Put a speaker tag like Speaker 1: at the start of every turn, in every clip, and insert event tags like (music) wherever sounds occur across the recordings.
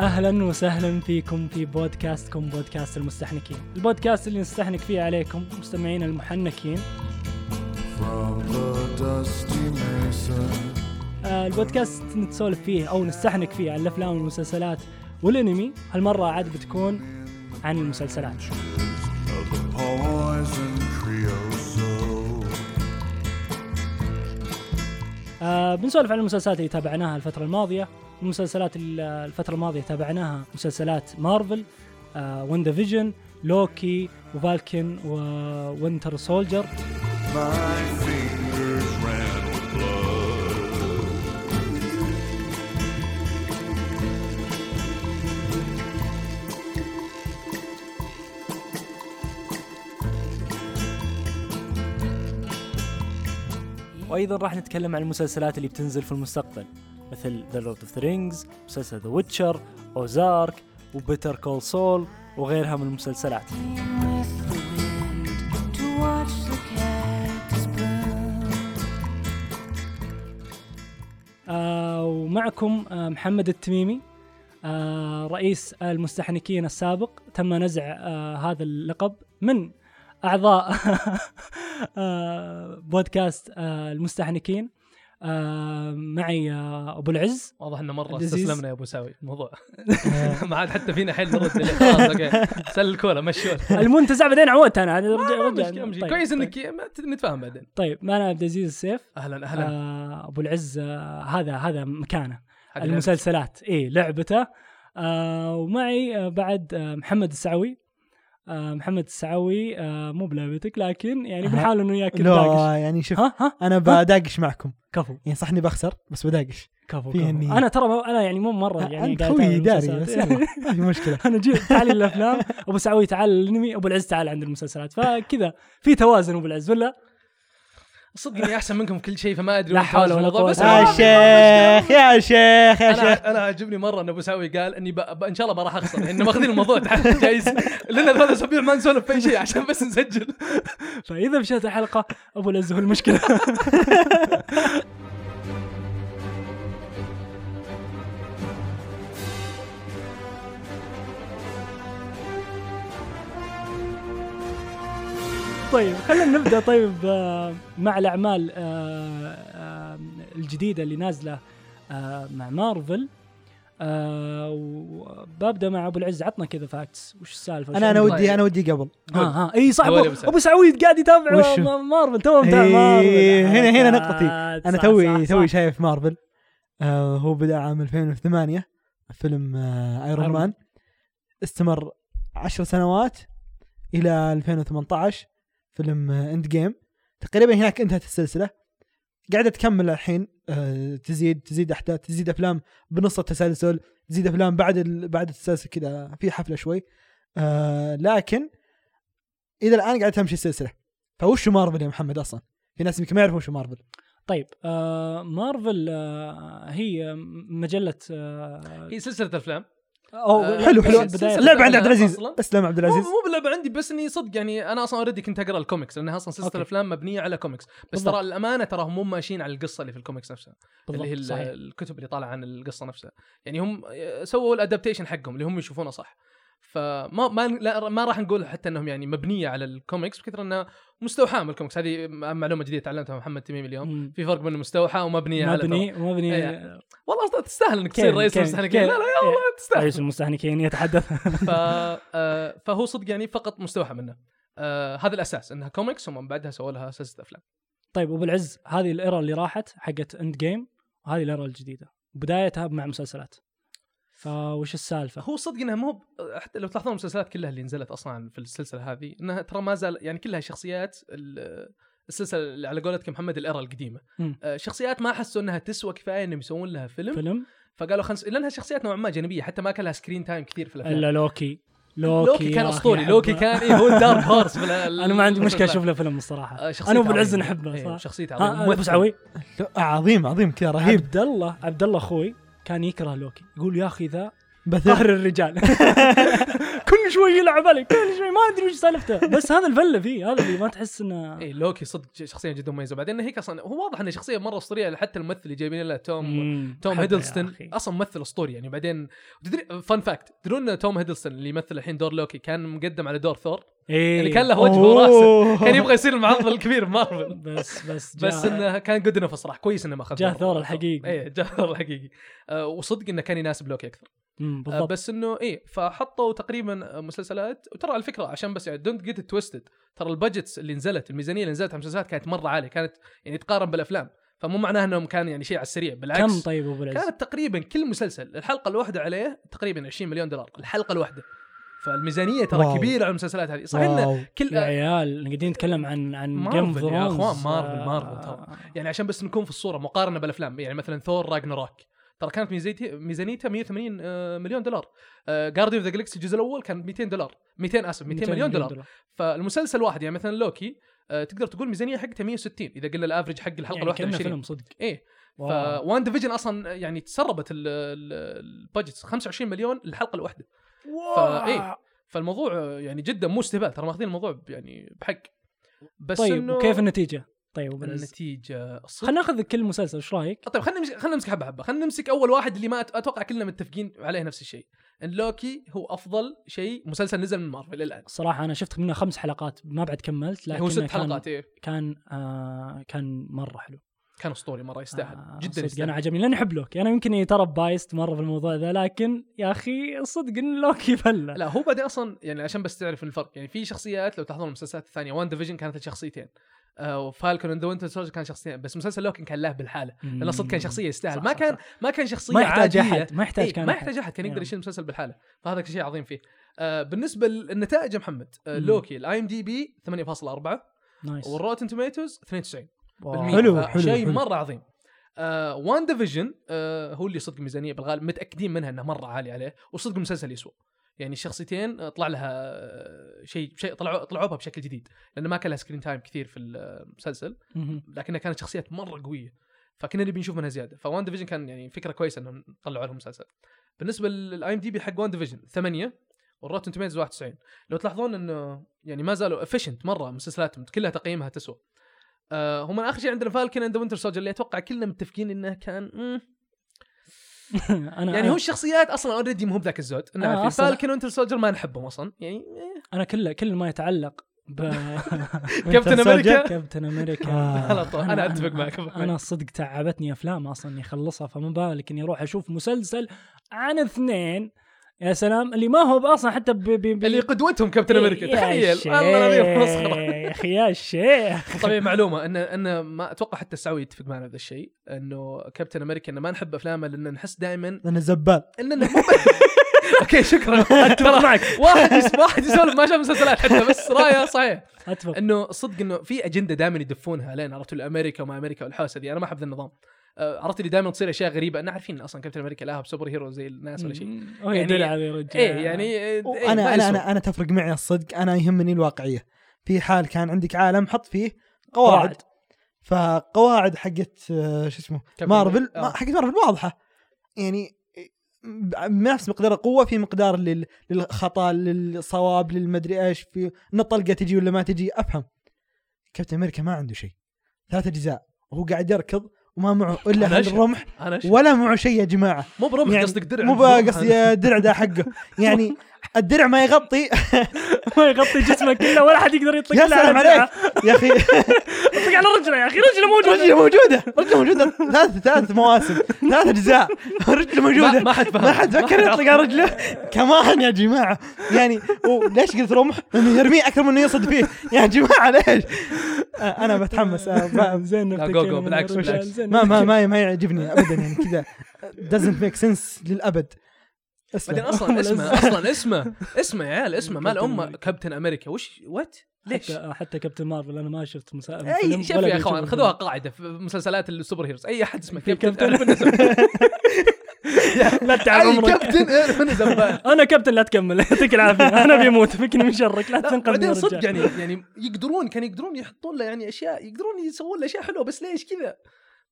Speaker 1: اهلا وسهلا فيكم في بودكاستكم بودكاست المستحنكين البودكاست اللي نستحنك فيه عليكم مستمعين المحنكين
Speaker 2: From the dusty mesa
Speaker 1: آه، البودكاست نتسولف فيه او نستحنك فيه عن الافلام والمسلسلات والانمي هالمره عاد بتكون عن المسلسلات
Speaker 2: of the poison creosote.
Speaker 1: آه بنسولف عن المسلسلات اللي تابعناها الفترة الماضية، المسلسلات ال- الفترة الماضية تابعناها مسلسلات مارفل، آه وندا فيجن، لوكي، وفالكن، ووينتر سولجر،
Speaker 2: My fingers ran with blood.
Speaker 3: وايضا راح نتكلم عن المسلسلات اللي بتنزل في المستقبل مثل ذا لورد اوف ذا رينجز مسلسل ذا ويتشر اوزارك وبيتر كول سول وغيرها من المسلسلات
Speaker 4: with the wind to watch the cactus bloom.
Speaker 1: آه ومعكم آه محمد التميمي آه رئيس المستحنكين السابق تم نزع آه هذا اللقب من اعضاء (laughs) آه بودكاست آه المستحنكين آه معي آه ابو العز
Speaker 5: واضح انه مره
Speaker 1: لذيذ.
Speaker 5: استسلمنا يا ابو ساوي
Speaker 1: (laughs)
Speaker 5: الموضوع ما عاد حتى فينا حيل نرد عليه. خلاص اوكي سل الكولا
Speaker 1: (laughs)
Speaker 5: مشوا
Speaker 1: المنتزع بعدين عودت انا عاد رجع رجع
Speaker 5: مشكلة، مشكلة.
Speaker 1: طيب،
Speaker 5: كويس
Speaker 1: طيب.
Speaker 5: انك ما ت- نتفاهم بعدين
Speaker 1: طيب ما انا عبد العزيز السيف
Speaker 5: اهلا اهلا
Speaker 1: آه ابو العز آه هذا هذا مكانه
Speaker 5: حق
Speaker 1: المسلسلات اي لعبته آه ومعي آه بعد آه محمد السعوي آه محمد السعوي آه مو بلعبتك لكن يعني بنحاول انه وياك نداقش.
Speaker 6: لا يعني شوف
Speaker 1: ها ها
Speaker 6: انا بداقش معكم
Speaker 1: كفو
Speaker 6: يعني صح اني بخسر بس بداقش
Speaker 1: كفو,
Speaker 6: فيه
Speaker 1: كفو.
Speaker 6: إني-
Speaker 1: انا ترى ما- انا يعني مو مره يعني
Speaker 6: يعني
Speaker 1: قاعد
Speaker 6: خوي
Speaker 1: أتابع
Speaker 6: داري
Speaker 1: المسلسلات.
Speaker 6: بس يلا
Speaker 1: (laughs)
Speaker 6: ما في مشكله
Speaker 1: انا جيت تعال الافلام ابو سعوي تعال الانمي ابو العز تعال عند المسلسلات فكذا في توازن ابو العز ولا
Speaker 5: صدقني احسن منكم كل شيء فما ادري
Speaker 1: لا
Speaker 5: وين
Speaker 1: حول
Speaker 5: خرج
Speaker 1: ولا
Speaker 5: الموضوع،
Speaker 1: قوة
Speaker 5: بس
Speaker 1: إلا
Speaker 6: يا
Speaker 1: بالله. آه،
Speaker 5: أنا-
Speaker 6: آه، شيخ يا شيخ يا شيخ
Speaker 5: انا انا عجبني مره ان ابو ساوي قال اني ب... ب... ان شاء الله ما راح اخسر لان
Speaker 1: (laughs)
Speaker 5: ماخذين الموضوع تعال جايز لنا ثلاث اسابيع ما نسولف في أي شيء عشان بس نسجل
Speaker 1: فاذا مشيت الحلقه ابو العز هو المشكله (laughs) طيب خلينا نبدا طيب آه، مع الاعمال آه، آه، الجديده اللي نازله آه، مع مارفل آه، وببدا مع ابو العز عطنا كذا فاكتس وش السالفه وش
Speaker 6: انا انا
Speaker 1: عندك؟
Speaker 6: ودي انا ودي قبل
Speaker 1: ها ها اي آه، صح
Speaker 5: أول أبو
Speaker 1: ابو
Speaker 5: سعود.
Speaker 1: أبو سعود قاعد يتابع
Speaker 6: وشو؟
Speaker 1: ما- مارفل تو متابع
Speaker 6: إيه،
Speaker 1: مارفل
Speaker 6: هنا- هنا
Speaker 1: حركات.
Speaker 6: نقطتي. انا
Speaker 1: آه، صح،
Speaker 6: توي
Speaker 1: صح،
Speaker 6: توي
Speaker 1: صح.
Speaker 6: شايف مارفل آه هو بدا عام 2008 فيلم آه ايرون
Speaker 1: أيرون مان.
Speaker 6: مان استمر عشر سنوات الى 2018 فيلم آه اند جيم تقريبا هناك انتهت السلسله قاعده تكمل الحين آه تزيد تزيد احداث تزيد افلام بنص التسلسل تزيد افلام بعد ال... بعد التسلسل كذا في حفله شوي آه لكن الى الان قاعده تمشي السلسله فوش مارفل يا محمد اصلا في ناس يمكن ما يعرفون شو مارفل
Speaker 1: طيب آه مارفل آه هي مجله آه
Speaker 5: هي سلسله افلام
Speaker 1: أو
Speaker 5: آه،
Speaker 6: حلو حلو
Speaker 1: بداية-
Speaker 6: اللعبه عند
Speaker 5: أنا
Speaker 6: عبد العزيز
Speaker 5: أصلاً-
Speaker 6: اسلم عبد
Speaker 5: مو
Speaker 6: العزيز
Speaker 5: مو باللعبه عندي بس اني صدق يعني انا اصلا اوريدي كنت اقرا الكوميكس لانها اصلا سلسله
Speaker 1: أوكي.
Speaker 5: الافلام مبنيه على كوميكس بس
Speaker 1: بالضبط.
Speaker 5: ترى الامانه تراهم مو ماشيين على القصه اللي في الكوميكس نفسها اللي هي
Speaker 1: بالضبط
Speaker 5: ال-
Speaker 1: صحيح
Speaker 5: الكتب اللي طالعه عن القصه نفسها يعني هم سووا الادابتيشن حقهم اللي هم يشوفونه صح فما ما لا ما راح نقول حتى انهم يعني مبنيه على الكوميكس بكثر انها مستوحاه من الكوميكس هذه معلومه جديده تعلمتها من محمد تميم اليوم
Speaker 1: مم.
Speaker 5: في فرق بين المستوحى ومبنيه على
Speaker 1: مبني مبني
Speaker 5: إيه. والله اصلا تستاهل انك
Speaker 1: كيف-
Speaker 5: تصير رئيس
Speaker 1: كيف-
Speaker 5: المستهلكين
Speaker 1: كيف-
Speaker 5: لا لا يا الله تستاهل
Speaker 1: إيه، رئيس المستهلكين يتحدث
Speaker 5: ف... آه، فهو صدق يعني فقط مستوحى منه آه، هذا الاساس انها كوميكس ومن بعدها سووا لها سلسله افلام
Speaker 1: طيب ابو العز هذه الايرا اللي راحت حقت اند جيم وهذه الايرا الجديده بدايتها مع مسلسلات فوش السالفه؟
Speaker 5: هو صدق انها مو ب- حتى لو تلاحظون المسلسلات كلها اللي نزلت اصلا في السلسله هذه انها ترى ما زال يعني كلها شخصيات ال- السلسله اللي على قولتك محمد الايرا القديمه
Speaker 1: مم.
Speaker 5: آه، شخصيات ما حسوا انها تسوى كفايه انهم يسوون لها فيلم,
Speaker 1: فيلم
Speaker 5: فقالوا خمس لانها شخصيات نوعا ما جانبيه حتى ما كان لها سكرين تايم كثير في الافلام
Speaker 1: الا لوكي لوكي
Speaker 5: لوكي كان
Speaker 1: يا أخي
Speaker 5: اسطوري لوكي
Speaker 1: أحبه.
Speaker 5: كان إيه، هو الدارك
Speaker 1: (laughs)
Speaker 5: هورس
Speaker 1: انا ما عندي مشكله اشوف له فيلم الصراحه
Speaker 5: آه،
Speaker 1: انا ابو العز
Speaker 5: إيه،
Speaker 1: نحبه صح
Speaker 5: شخصيته
Speaker 1: ها،
Speaker 5: عظيمة.
Speaker 1: ابو سعوي
Speaker 6: لا، عظيم عظيم كذا رهيب
Speaker 1: عبد الله عبد الله اخوي كان يكره لوكي يقول يا اخي ذا
Speaker 5: (laughs)
Speaker 6: بث
Speaker 1: قهر الرجال كل كل شوي يلعب علي كل شوي ما ادري وش سالفته بس هذا الفله فيه هذا اللي ما تحس انه
Speaker 5: اي إيه، لوكي صدق شخصيه جدا مميزه بعدين هيك اصلا هو واضح انه شخصيه مره اسطوريه حتى الممثل اللي جايبين له توم
Speaker 1: مم.
Speaker 5: توم
Speaker 1: حبه يا
Speaker 5: هيدلستون
Speaker 1: أخي.
Speaker 5: اصلا ممثل اسطوري يعني بعدين تدري فان فاكت تدرون إن توم هيدلستون اللي يمثل الحين دور لوكي كان مقدم على دور
Speaker 1: (laughs)
Speaker 5: ثور
Speaker 1: إيه.
Speaker 5: يعني كان له وجه وراسه كان يبغى يصير المعضل الكبير بمارفل
Speaker 1: بس بس (laughs) جاء-
Speaker 5: (laughs) بس انه كان جود انه صراحه كويس انه ما اخذ
Speaker 1: جاه
Speaker 5: دور
Speaker 1: ثور الحقيقي.
Speaker 5: ايه جاه ثور الحقيقي آه، وصدق انه كان يناسب لوكي اكثر
Speaker 1: مم،
Speaker 5: آه،
Speaker 1: بالضبط
Speaker 5: بس انه ايه فحطوا تقريبا مسلسلات وترى على فكره عشان بس يعني دونت جيت تويستد ترى البادجتس اللي نزلت الميزانيه اللي نزلت على المسلسلات كانت مره عاليه كانت يعني تقارن بالافلام فمو معناه انهم كان يعني شيء على السريع بالعكس
Speaker 1: كم طيب ابو العز
Speaker 5: كانت تقريبا كل مسلسل الحلقه الواحده عليه تقريبا 20 مليون دولار الحلقه الواحده فالميزانيه ترى
Speaker 6: واو.
Speaker 5: كبيره على المسلسلات هذه صحيح إن
Speaker 6: واو.
Speaker 1: يا
Speaker 5: كل
Speaker 1: عيال قاعدين نتكلم عن عن جيم
Speaker 5: مارفل يا
Speaker 1: ثرونز
Speaker 5: اخوان مارفل
Speaker 1: آه،
Speaker 5: مارفل ترى يعني عشان بس نكون في الصوره مقارنه بالافلام يعني مثلا ثور راجناروك ترى كانت ميزانيته ميزانيته 180 آه، مليون دولار آه، جارديان اوف ذا جالكسي الجزء الاول كان 200 دولار 200 اسف 200 مليون دولار فالمسلسل واحد يعني مثلا لوكي آه، تقدر تقول ميزانيه حقته 160 اذا قلنا الافرج حق الحلقه
Speaker 1: يعني
Speaker 5: الواحده
Speaker 1: كأنه
Speaker 5: 20
Speaker 1: فيلم صدق
Speaker 5: ايه
Speaker 1: واو.
Speaker 5: فوان ديفيجن اصلا يعني تسربت البادجت 25 مليون الحلقه الواحده فايه إيه. فالموضوع آه، يعني جدا مو استهبال ترى ماخذين الموضوع ب- يعني بحق بس
Speaker 1: طيب
Speaker 5: انه
Speaker 1: وكيف النتيجه؟ طيب ابو العز
Speaker 5: النتيجه الصدق
Speaker 1: خلينا ناخذ كل مسلسل ايش رايك؟
Speaker 5: طيب خلينا نمسك خلينا نمسك حبه حبه خلينا نمسك اول واحد اللي ما أت- اتوقع كلنا متفقين عليه نفس الشيء ان لوكي هو افضل شيء مسلسل نزل من مارفل الان
Speaker 1: الصراحه انا شفت منه خمس حلقات ما بعد كملت لكن
Speaker 5: هو ست
Speaker 1: كان
Speaker 5: حلقات ايه
Speaker 1: كان آه كان مره حلو
Speaker 5: كان اسطوري مره يستاهل
Speaker 1: آه،
Speaker 5: آه جدا
Speaker 1: صدق انا
Speaker 5: يستاهل
Speaker 1: عجبني لاني احب لوكي انا يمكن إني ترى بايست مره في الموضوع ذا لكن يا اخي صدق ان لوكي فله
Speaker 5: لا هو بعدين اصلا يعني عشان بس تعرف الفرق يعني في شخصيات لو تلاحظون المسلسلات الثانيه وان ديفيجن كانت شخصيتين آه وفالكون اند وينتر سولجر كان شخصيتين بس مسلسل لوكن كان له بالحاله لانه صدق كان شخصيه يستاهل
Speaker 1: صح،
Speaker 5: ما
Speaker 1: صح،
Speaker 5: كان
Speaker 1: صح.
Speaker 5: ما كان شخصيه
Speaker 1: ما يحتاج
Speaker 5: عادية.
Speaker 1: احد ما يحتاج
Speaker 5: إيه،
Speaker 1: كان
Speaker 5: ما
Speaker 1: أحد.
Speaker 5: يحتاج احد كان يقدر
Speaker 1: يعني.
Speaker 5: يشيل المسلسل بالحاله فهذا شيء عظيم فيه آه بالنسبه للنتائج يا محمد آه
Speaker 1: مم.
Speaker 5: لوكي الاي ام دي بي 8.4
Speaker 1: نايس
Speaker 5: والروتن توميتوز 92
Speaker 1: واو.
Speaker 6: حلو.
Speaker 5: شيء
Speaker 6: حلو.
Speaker 5: مره عظيم آه وان ديفيجن آه هو اللي صدق ميزانيه بالغالب متاكدين منها انه مره عالي عليه وصدق مسلسل يسوى يعني الشخصيتين آه، طلع لها آه، شيء شيء طلعوا طلعوها بشكل جديد لانه ما كان لها سكرين تايم كثير في المسلسل (laughs)
Speaker 1: مهم.
Speaker 5: لكنها كانت شخصيات مره قويه فكنا نبي نشوف منها زياده فوان ديفيجن كان يعني فكره كويسه انهم طلعوا لهم مسلسل بالنسبه للاي ام دي بي حق وان ديفيجن 8 والروتن توميتوز 91 لو تلاحظون انه يعني ما زالوا افشنت مره مسلسلاتهم كلها تقييمها تسوى آه هم اخر شيء عندنا فالكن اند وينتر سولجر اللي اتوقع كلنا متفقين انه كان مم.
Speaker 1: انا
Speaker 5: يعني هو الشخصيات اصلا اوريدي مو بذاك الزود
Speaker 1: آه،
Speaker 5: نعرف
Speaker 1: أصلاً.
Speaker 5: فالكن وينتر سولجر ما نحبهم اصلا يعني
Speaker 1: انا كله كل ما يتعلق ب
Speaker 5: (laughs)
Speaker 1: (laughs)
Speaker 5: كابتن أمريكا.
Speaker 1: كابتن امريكا
Speaker 5: (laughs)
Speaker 6: آه.
Speaker 5: على طول انا اتفق معك
Speaker 1: انا, طيب، أنا صدق تعبتني افلام اصلا اني اخلصها فما بالك اني اروح اشوف مسلسل عن اثنين يا سلام اللي ما هو اصلا حتى ب... ب... ب...
Speaker 5: اللي قدوتهم كابتن امريكا تخيل والله العظيم مسخره
Speaker 1: يا اخي يا شيخ
Speaker 5: طبيعي معلومه ان ان ما اتوقع حتى السعودي يتفق معنا هذا الشيء انه كابتن امريكا انه ما نحب افلامه لان نحس دائما
Speaker 6: لانه زبال
Speaker 5: اننا مو اوكي (laughs) شكرا اتفق معك واحد يس- واحد يسولف ما شاف مسلسلات حتى بس رايه صحيح
Speaker 1: اتفق
Speaker 5: انه صدق انه في اجنده دائما يدفونها لين عرفت الامريكا وما امريكا والحوسه دي انا ما احب ذا النظام آه، عرفت اللي دائما تصير اشياء غريبه انا عارفين اصلا كابتن امريكا لا هو بسوبر هيرو زي الناس ولا شيء
Speaker 1: هو
Speaker 5: يعني-
Speaker 1: يدل على رجال
Speaker 5: ايه يعني إيه، إيه، ما
Speaker 6: انا انا
Speaker 5: يسوى.
Speaker 6: انا انا تفرق معي الصدق انا يهمني الواقعيه في حال كان عندك عالم حط فيه قواعد فقواعد حقت آه، شو اسمه
Speaker 5: كابتن
Speaker 6: مارفل
Speaker 5: آه.
Speaker 6: ما- حقت مارفل واضحه يعني ب- بنفس مقدار القوه في مقدار لل- للخطا للصواب للمدري ايش في ان الطلقه تجي ولا ما تجي افهم كابتن امريكا ما عنده شيء ثلاث اجزاء وهو قاعد يركض وما معه الا
Speaker 5: آه، أنا أشهد.
Speaker 6: الرمح
Speaker 5: انا أش-
Speaker 6: ولا معه شيء يا جماعه
Speaker 5: مو برمح
Speaker 6: يعني
Speaker 5: قصدك درع
Speaker 6: مو
Speaker 5: برمح. (laughs)
Speaker 6: قصدي الدرع ده حقه يعني الدرع
Speaker 5: (laughs)
Speaker 6: ما يغطي
Speaker 1: ما يغطي جسمه كله ولا حد يقدر يطلق
Speaker 6: يا
Speaker 1: له
Speaker 6: سلام
Speaker 1: على-
Speaker 6: عليك يا اخي
Speaker 1: يطلق على رجله يا اخي رجله موجوده
Speaker 5: طيب.
Speaker 6: رجله موجوده رجله موجوده ثلاث ثلاث مواسم ثلاث
Speaker 5: (laughs)
Speaker 6: اجزاء رجله موجوده
Speaker 5: ما- ما حد فهم.
Speaker 6: ما حد فكر يطلق على رجله كمان يا جماعه يعني وليش قلت رمح؟ انه يرميه اكثر من انه يصد فيه يا جماعه ليش؟ آه، انا بتحمس آه، ب-
Speaker 1: زين
Speaker 5: لا،
Speaker 1: نفتكر
Speaker 5: جو، جو،
Speaker 1: إن
Speaker 5: بالعكس،
Speaker 1: الرجال
Speaker 5: بالعكس.
Speaker 1: زين
Speaker 6: ما ما
Speaker 1: نفتكر.
Speaker 6: ما ما يعجبني ابدا يعني كذا doesn't make sense للابد
Speaker 1: (laughs)
Speaker 5: بعدين
Speaker 6: اسمع
Speaker 5: اصلا اسمه اصلا اسمه اسمه يا عيال اسمه مال امه كابتن امريكا وش وات ليش؟
Speaker 1: حتى, حتى كابتن مارفل انا ما شفت مسلسل
Speaker 5: اي شوف يا اخوان خذوها قاعده في مسلسلات السوبر هيروز اي احد اسمه كابتن
Speaker 1: (laughs) كابتن.
Speaker 5: أنا بالنسبة-
Speaker 1: لا تعب
Speaker 5: اي
Speaker 1: عمرك
Speaker 5: كابتن أنا من زمان
Speaker 1: انا كابتن لا تكمل يعطيك العافيه انا بيموت فكني من شرك (laughs) لا
Speaker 5: لا،
Speaker 1: تنقذني يا
Speaker 5: بعدين
Speaker 1: رجال
Speaker 5: صدق يعني يعني يقدرون كانوا يقدرون يحطون له يعني اشياء يقدرون يسوون له اشياء حلوه بس ليش كذا؟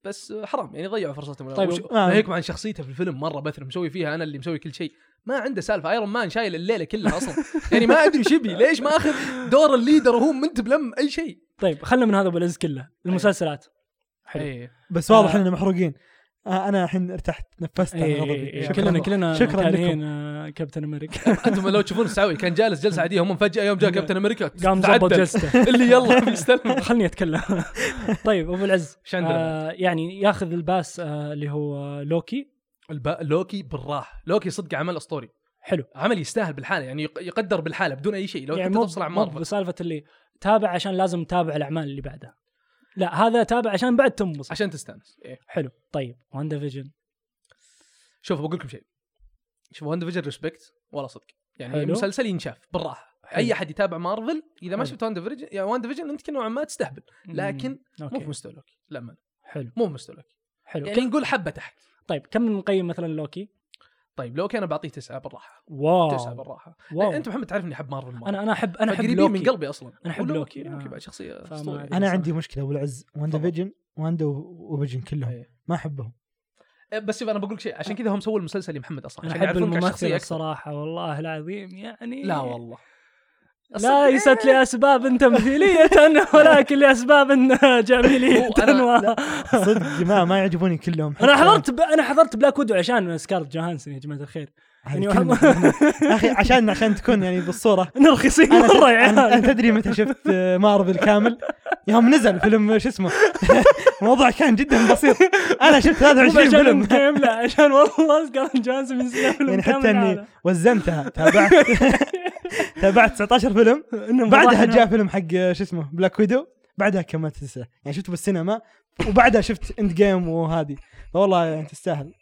Speaker 5: بس حرام يعني ضيعوا فرصتهم
Speaker 1: طيب،
Speaker 5: طيب وش...
Speaker 6: آه.
Speaker 5: ناهيكم عن شخصيته في الفيلم مره بثر مسوي فيها انا اللي مسوي كل شيء ما عنده سالفه ايرون مان شايل الليله كلها اصلا يعني ما ادري شبي ليش ما اخذ دور الليدر وهو ما انت بلم اي شيء
Speaker 1: طيب خلنا من هذا ابو العز كله
Speaker 5: أيوه.
Speaker 1: المسلسلات حلو.
Speaker 5: اي
Speaker 6: بس واضح
Speaker 1: آه.
Speaker 6: اننا محروقين آه انا الحين ارتحت نفست عن
Speaker 1: إيه،
Speaker 5: أيوه.
Speaker 6: غضبي.
Speaker 1: إيه،
Speaker 6: شكراً.
Speaker 1: كلنا كلنا
Speaker 6: شكراً لكم.
Speaker 1: كارهين، آه، كابتن
Speaker 5: (laughs)
Speaker 1: امريكا
Speaker 5: انتم لو تشوفون السعوي كان جالس جلسه عاديه هم فجاه يوم جاء كابتن امريكا
Speaker 1: قام
Speaker 5: تعدل.
Speaker 1: زبط جلسته
Speaker 5: (laughs) اللي يلا بيستلم
Speaker 1: خلني
Speaker 5: (laughs)
Speaker 1: اتكلم طيب ابو العز
Speaker 5: إيش عندنا
Speaker 1: آه يعني ياخذ الباس آه اللي هو آه، لوكي
Speaker 5: الب... لوكي بالراحه لوكي صدق عمل اسطوري
Speaker 1: حلو
Speaker 5: عمل يستاهل بالحاله يعني يق- يقدر بالحاله بدون اي شيء لو
Speaker 1: يعني
Speaker 5: يعني
Speaker 1: مو
Speaker 5: تفصل عن
Speaker 1: مو
Speaker 5: مارفل
Speaker 1: بسالفه اللي تابع عشان لازم تتابع الاعمال اللي بعدها لا هذا تابع عشان بعد تنبسط
Speaker 5: عشان تستانس إيه.
Speaker 1: حلو طيب واندا فيجن
Speaker 5: شوف بقول لكم شيء شوف وان ديفيجن ريسبكت ولا صدق يعني
Speaker 1: حلو.
Speaker 5: حلو. مسلسل ينشاف بالراحه
Speaker 1: حلو.
Speaker 5: حلو. اي احد يتابع مارفل اذا ما
Speaker 1: حلو.
Speaker 5: شفت وان ديفيجن يعني وان ديفيجن انت كنوعا ما تستهبل لكن مو في
Speaker 1: اوكي
Speaker 5: مستوى لوكي لا ما-
Speaker 1: حلو
Speaker 5: مو في مستوى لوكي
Speaker 1: حلو
Speaker 5: يعني
Speaker 1: يعني
Speaker 5: نقول حبه تحت
Speaker 1: طيب كم نقيم مثلا لوكي؟
Speaker 5: طيب لوكي انا بعطيه تسعه بالراحه تسعه
Speaker 1: واو
Speaker 5: بالراحه
Speaker 1: واو.
Speaker 5: انت محمد تعرف اني احب مارفل مرة.
Speaker 1: انا انا احب انا احب
Speaker 5: إيه، فقريبين
Speaker 1: لوكي
Speaker 5: من قلبي اصلا
Speaker 1: أنا أحب
Speaker 5: ولو-
Speaker 1: لوكي.
Speaker 5: لوكي
Speaker 1: آه.
Speaker 5: بعد شخصيه
Speaker 1: فما
Speaker 5: أسطورية.
Speaker 1: أدري.
Speaker 6: انا
Speaker 1: صح.
Speaker 6: عندي مشكله والعز واندا
Speaker 5: تفضل.
Speaker 6: فيجن واندا وفيجن كلهم
Speaker 5: إيه.
Speaker 6: ما احبهم
Speaker 5: إيه، بس شوف انا بقول لك شيء عشان كذا هم سووا المسلسل لمحمد اصلا
Speaker 1: انا
Speaker 5: عشان
Speaker 1: احب
Speaker 5: يعرفونك على
Speaker 1: آه. الممثل
Speaker 5: الشخصيه أكثر. إيه.
Speaker 1: الصراحه والله العظيم يعني
Speaker 5: لا والله
Speaker 1: لا
Speaker 5: إيه.
Speaker 1: ليست لاسباب
Speaker 5: (laughs)
Speaker 1: تمثيليه (laughs) ولكن لاسباب جميليه
Speaker 5: هو أنا-
Speaker 1: (laughs) و-
Speaker 6: صدق ما ما يعجبوني كلهم
Speaker 1: انا حضرت ب... انا حضرت بلاك ويدو عشان سكارت جوهانسون يا جماعه الخير يعني
Speaker 6: يعني اخي عشان عشان تكون يعني بالصوره
Speaker 1: احنا رخيصين
Speaker 6: انا
Speaker 1: مره يا
Speaker 6: أنا- أنا
Speaker 1: عيال
Speaker 6: تدري متى شفت آه، مارفل كامل يوم نزل فيلم شو اسمه (laughs) الموضوع كان جدا بسيط انا شفت
Speaker 1: مو
Speaker 6: 23
Speaker 1: (laughs) عشان
Speaker 6: فيلم
Speaker 1: إند جيم لا عشان والله سكارت جوهانسون من سنه
Speaker 6: يعني حتى اني وزنتها تابعت تابعت 19 فيلم بعدها جاء فيلم حق آه، شو اسمه بلاك ويدو بعدها كملت تسعه يعني شفته بالسينما وبعدها شفت اند جيم وهذه فوالله يعني تستاهل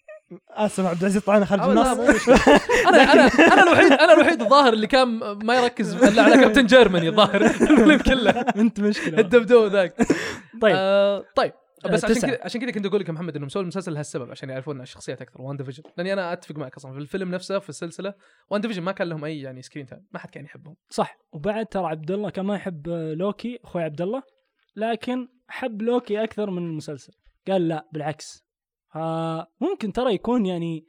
Speaker 6: اسف عبد العزيز طلعنا خارج
Speaker 5: أو آه، لا،
Speaker 6: النص
Speaker 5: مو مشكلة. انا انا انا الوحيد انا الوحيد الظاهر اللي كان ما يركز الا على كابتن جيرماني الظاهر الفيلم
Speaker 1: (laughs)
Speaker 5: كله (laughs)
Speaker 1: انت مشكله
Speaker 5: الدبدوب ذاك
Speaker 1: طيب
Speaker 5: آه، طيب بس
Speaker 1: آه،
Speaker 5: عشان
Speaker 1: تسعة.
Speaker 5: كذا عشان كذا كنت اقول لك يا محمد انه مسوي المسلسل لهالسبب عشان يعرفون الشخصيات اكثر وان ديفيجن لاني انا اتفق معك اصلا في الفيلم نفسه في السلسله وان ديفيجن ما كان لهم اي يعني سكرين تايم ما حد كان يحبهم
Speaker 1: صح وبعد ترى عبد الله كان ما يحب آه، لوكي اخوي عبد الله لكن حب لوكي اكثر من المسلسل قال لا بالعكس فممكن ترى يكون يعني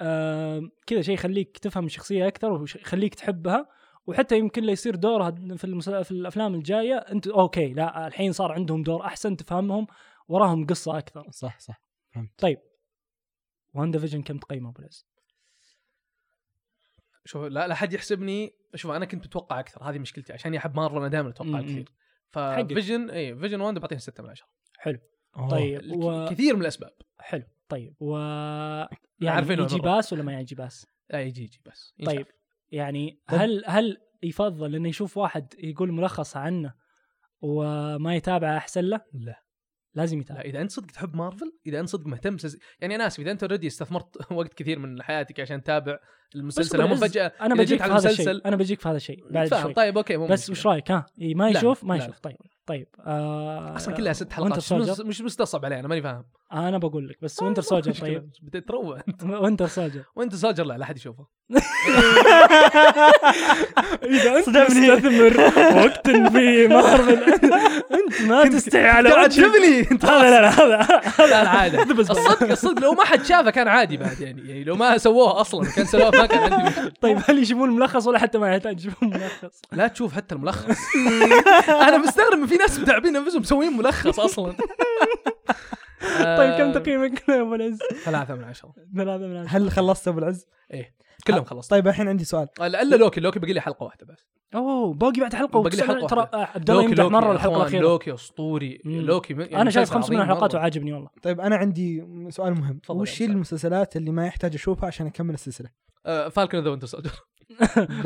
Speaker 1: آه كذا شيء يخليك تفهم الشخصيه اكثر ويخليك تحبها وحتى يمكن له يصير دورها في المسل... في الافلام الجايه انت اوكي لا الحين صار عندهم دور احسن تفهمهم وراهم قصه اكثر
Speaker 6: صح صح
Speaker 1: وان فيجن كم تقيمه ابو العز؟
Speaker 5: شوف لا لا حد يحسبني شوف انا كنت متوقع اكثر هذه مشكلتي عشان احب مارفل انا دائما اتوقع
Speaker 1: مم.
Speaker 5: كثير
Speaker 1: حقك.
Speaker 5: ففيجن اي فيجن وان بعطيها 6 من 10
Speaker 1: حلو
Speaker 6: أوه.
Speaker 1: طيب و...
Speaker 5: كثير من الاسباب
Speaker 1: حلو طيب و يعني
Speaker 5: عارفينه
Speaker 1: يجي
Speaker 5: المرة.
Speaker 1: باس ولا ما يجي باس؟
Speaker 5: لا يجي يجي بس ينشاف.
Speaker 1: طيب يعني
Speaker 6: طب-
Speaker 1: هل هل يفضل انه يشوف واحد يقول ملخص عنه وما يتابعه احسن له؟
Speaker 5: لا.
Speaker 1: لازم
Speaker 5: لا
Speaker 1: يتابع
Speaker 5: اذا انت صدق تحب مارفل اذا انت صدق مهتم سلس... يعني انا اسف اذا انت اوريدي استثمرت (laughs) وقت كثير من حياتك عشان تتابع المسلسل هم
Speaker 1: بالعز-
Speaker 5: فجاه
Speaker 1: انا
Speaker 5: إذا
Speaker 1: بجيك
Speaker 5: جيت
Speaker 1: في
Speaker 5: على
Speaker 1: هذا
Speaker 5: المسلسل-
Speaker 1: الشيء انا بجيك في هذا الشيء بعد
Speaker 5: فاهم
Speaker 1: شوي
Speaker 5: طيب اوكي مو
Speaker 1: بس
Speaker 5: مشكلة.
Speaker 1: وش رايك ها إيه، ما
Speaker 5: لا،
Speaker 1: يشوف ما
Speaker 5: لا،
Speaker 1: يشوف طيب طيب آه
Speaker 5: اصلا كلها ست
Speaker 1: Winter
Speaker 5: حلقات شنو- آه،
Speaker 1: Soldier.
Speaker 5: مش مستصعب علي انا ماني فاهم
Speaker 1: انا بقول لك بس وينتر
Speaker 5: (laughs)
Speaker 1: سولجر طيب
Speaker 5: بديت (laughs) تروع
Speaker 1: (laughs) وينتر سولجر
Speaker 5: وانت سولجر لا لا حد يشوفه
Speaker 1: اذا انت مستثمر وقت في مارفل (laughs) انت ما تستحي على
Speaker 5: طيب،
Speaker 1: وجهك (laughs)
Speaker 5: تعجبني انت
Speaker 1: هذا لا لا (laughs) هذا
Speaker 5: (laughs) لا العاده
Speaker 1: بس-
Speaker 5: الصدق الصدق لو ما حد شافه كان عادي بعد يعني يعني لو ما سووها اصلا كان سووها ما كان عندي مشكله
Speaker 1: طيب هل يشوفون الملخص ولا حتى ما يحتاج يشوفون ملخص؟
Speaker 5: لا تشوف
Speaker 1: (laughs)
Speaker 5: حتى الملخص انا مستغرب ان في ناس متعبين نفسهم مسويين ملخص
Speaker 1: (laughs)
Speaker 5: اصلا
Speaker 1: طيب كم
Speaker 5: آه،
Speaker 1: تقييمك يا ابو العز؟
Speaker 5: ثلاثة من عشرة
Speaker 1: ثلاثة من عشرة
Speaker 6: هل خلصت ابو العز؟
Speaker 5: ايه
Speaker 1: آه.
Speaker 5: كلهم خلصت
Speaker 6: طيب الحين عندي سؤال
Speaker 5: الا إلا لوكي لوكي باقي لي حلقة واحدة بس
Speaker 1: اوه باقي بعد حلقة
Speaker 5: باقي لي
Speaker 1: وتسمع-
Speaker 5: حلقة
Speaker 1: ترى
Speaker 5: واحدة.
Speaker 1: آه، عبد الله يمدح مرة
Speaker 5: يا
Speaker 1: الحلقة
Speaker 5: إخوان،
Speaker 1: الأخيرة
Speaker 5: لوكي اسطوري
Speaker 1: مم.
Speaker 5: لوكي من- يعني
Speaker 1: انا شايف
Speaker 5: مسلسل
Speaker 1: خمس من
Speaker 5: عظيم
Speaker 1: الحلقات
Speaker 5: مرة.
Speaker 1: وعاجبني
Speaker 5: (laughs)
Speaker 1: والله
Speaker 6: طيب انا عندي سؤال مهم
Speaker 5: تفضل يا
Speaker 6: وش
Speaker 5: أستاذ.
Speaker 6: المسلسلات اللي ما يحتاج اشوفها عشان اكمل السلسله؟
Speaker 5: آه، فالكون ذا وينتر سولجر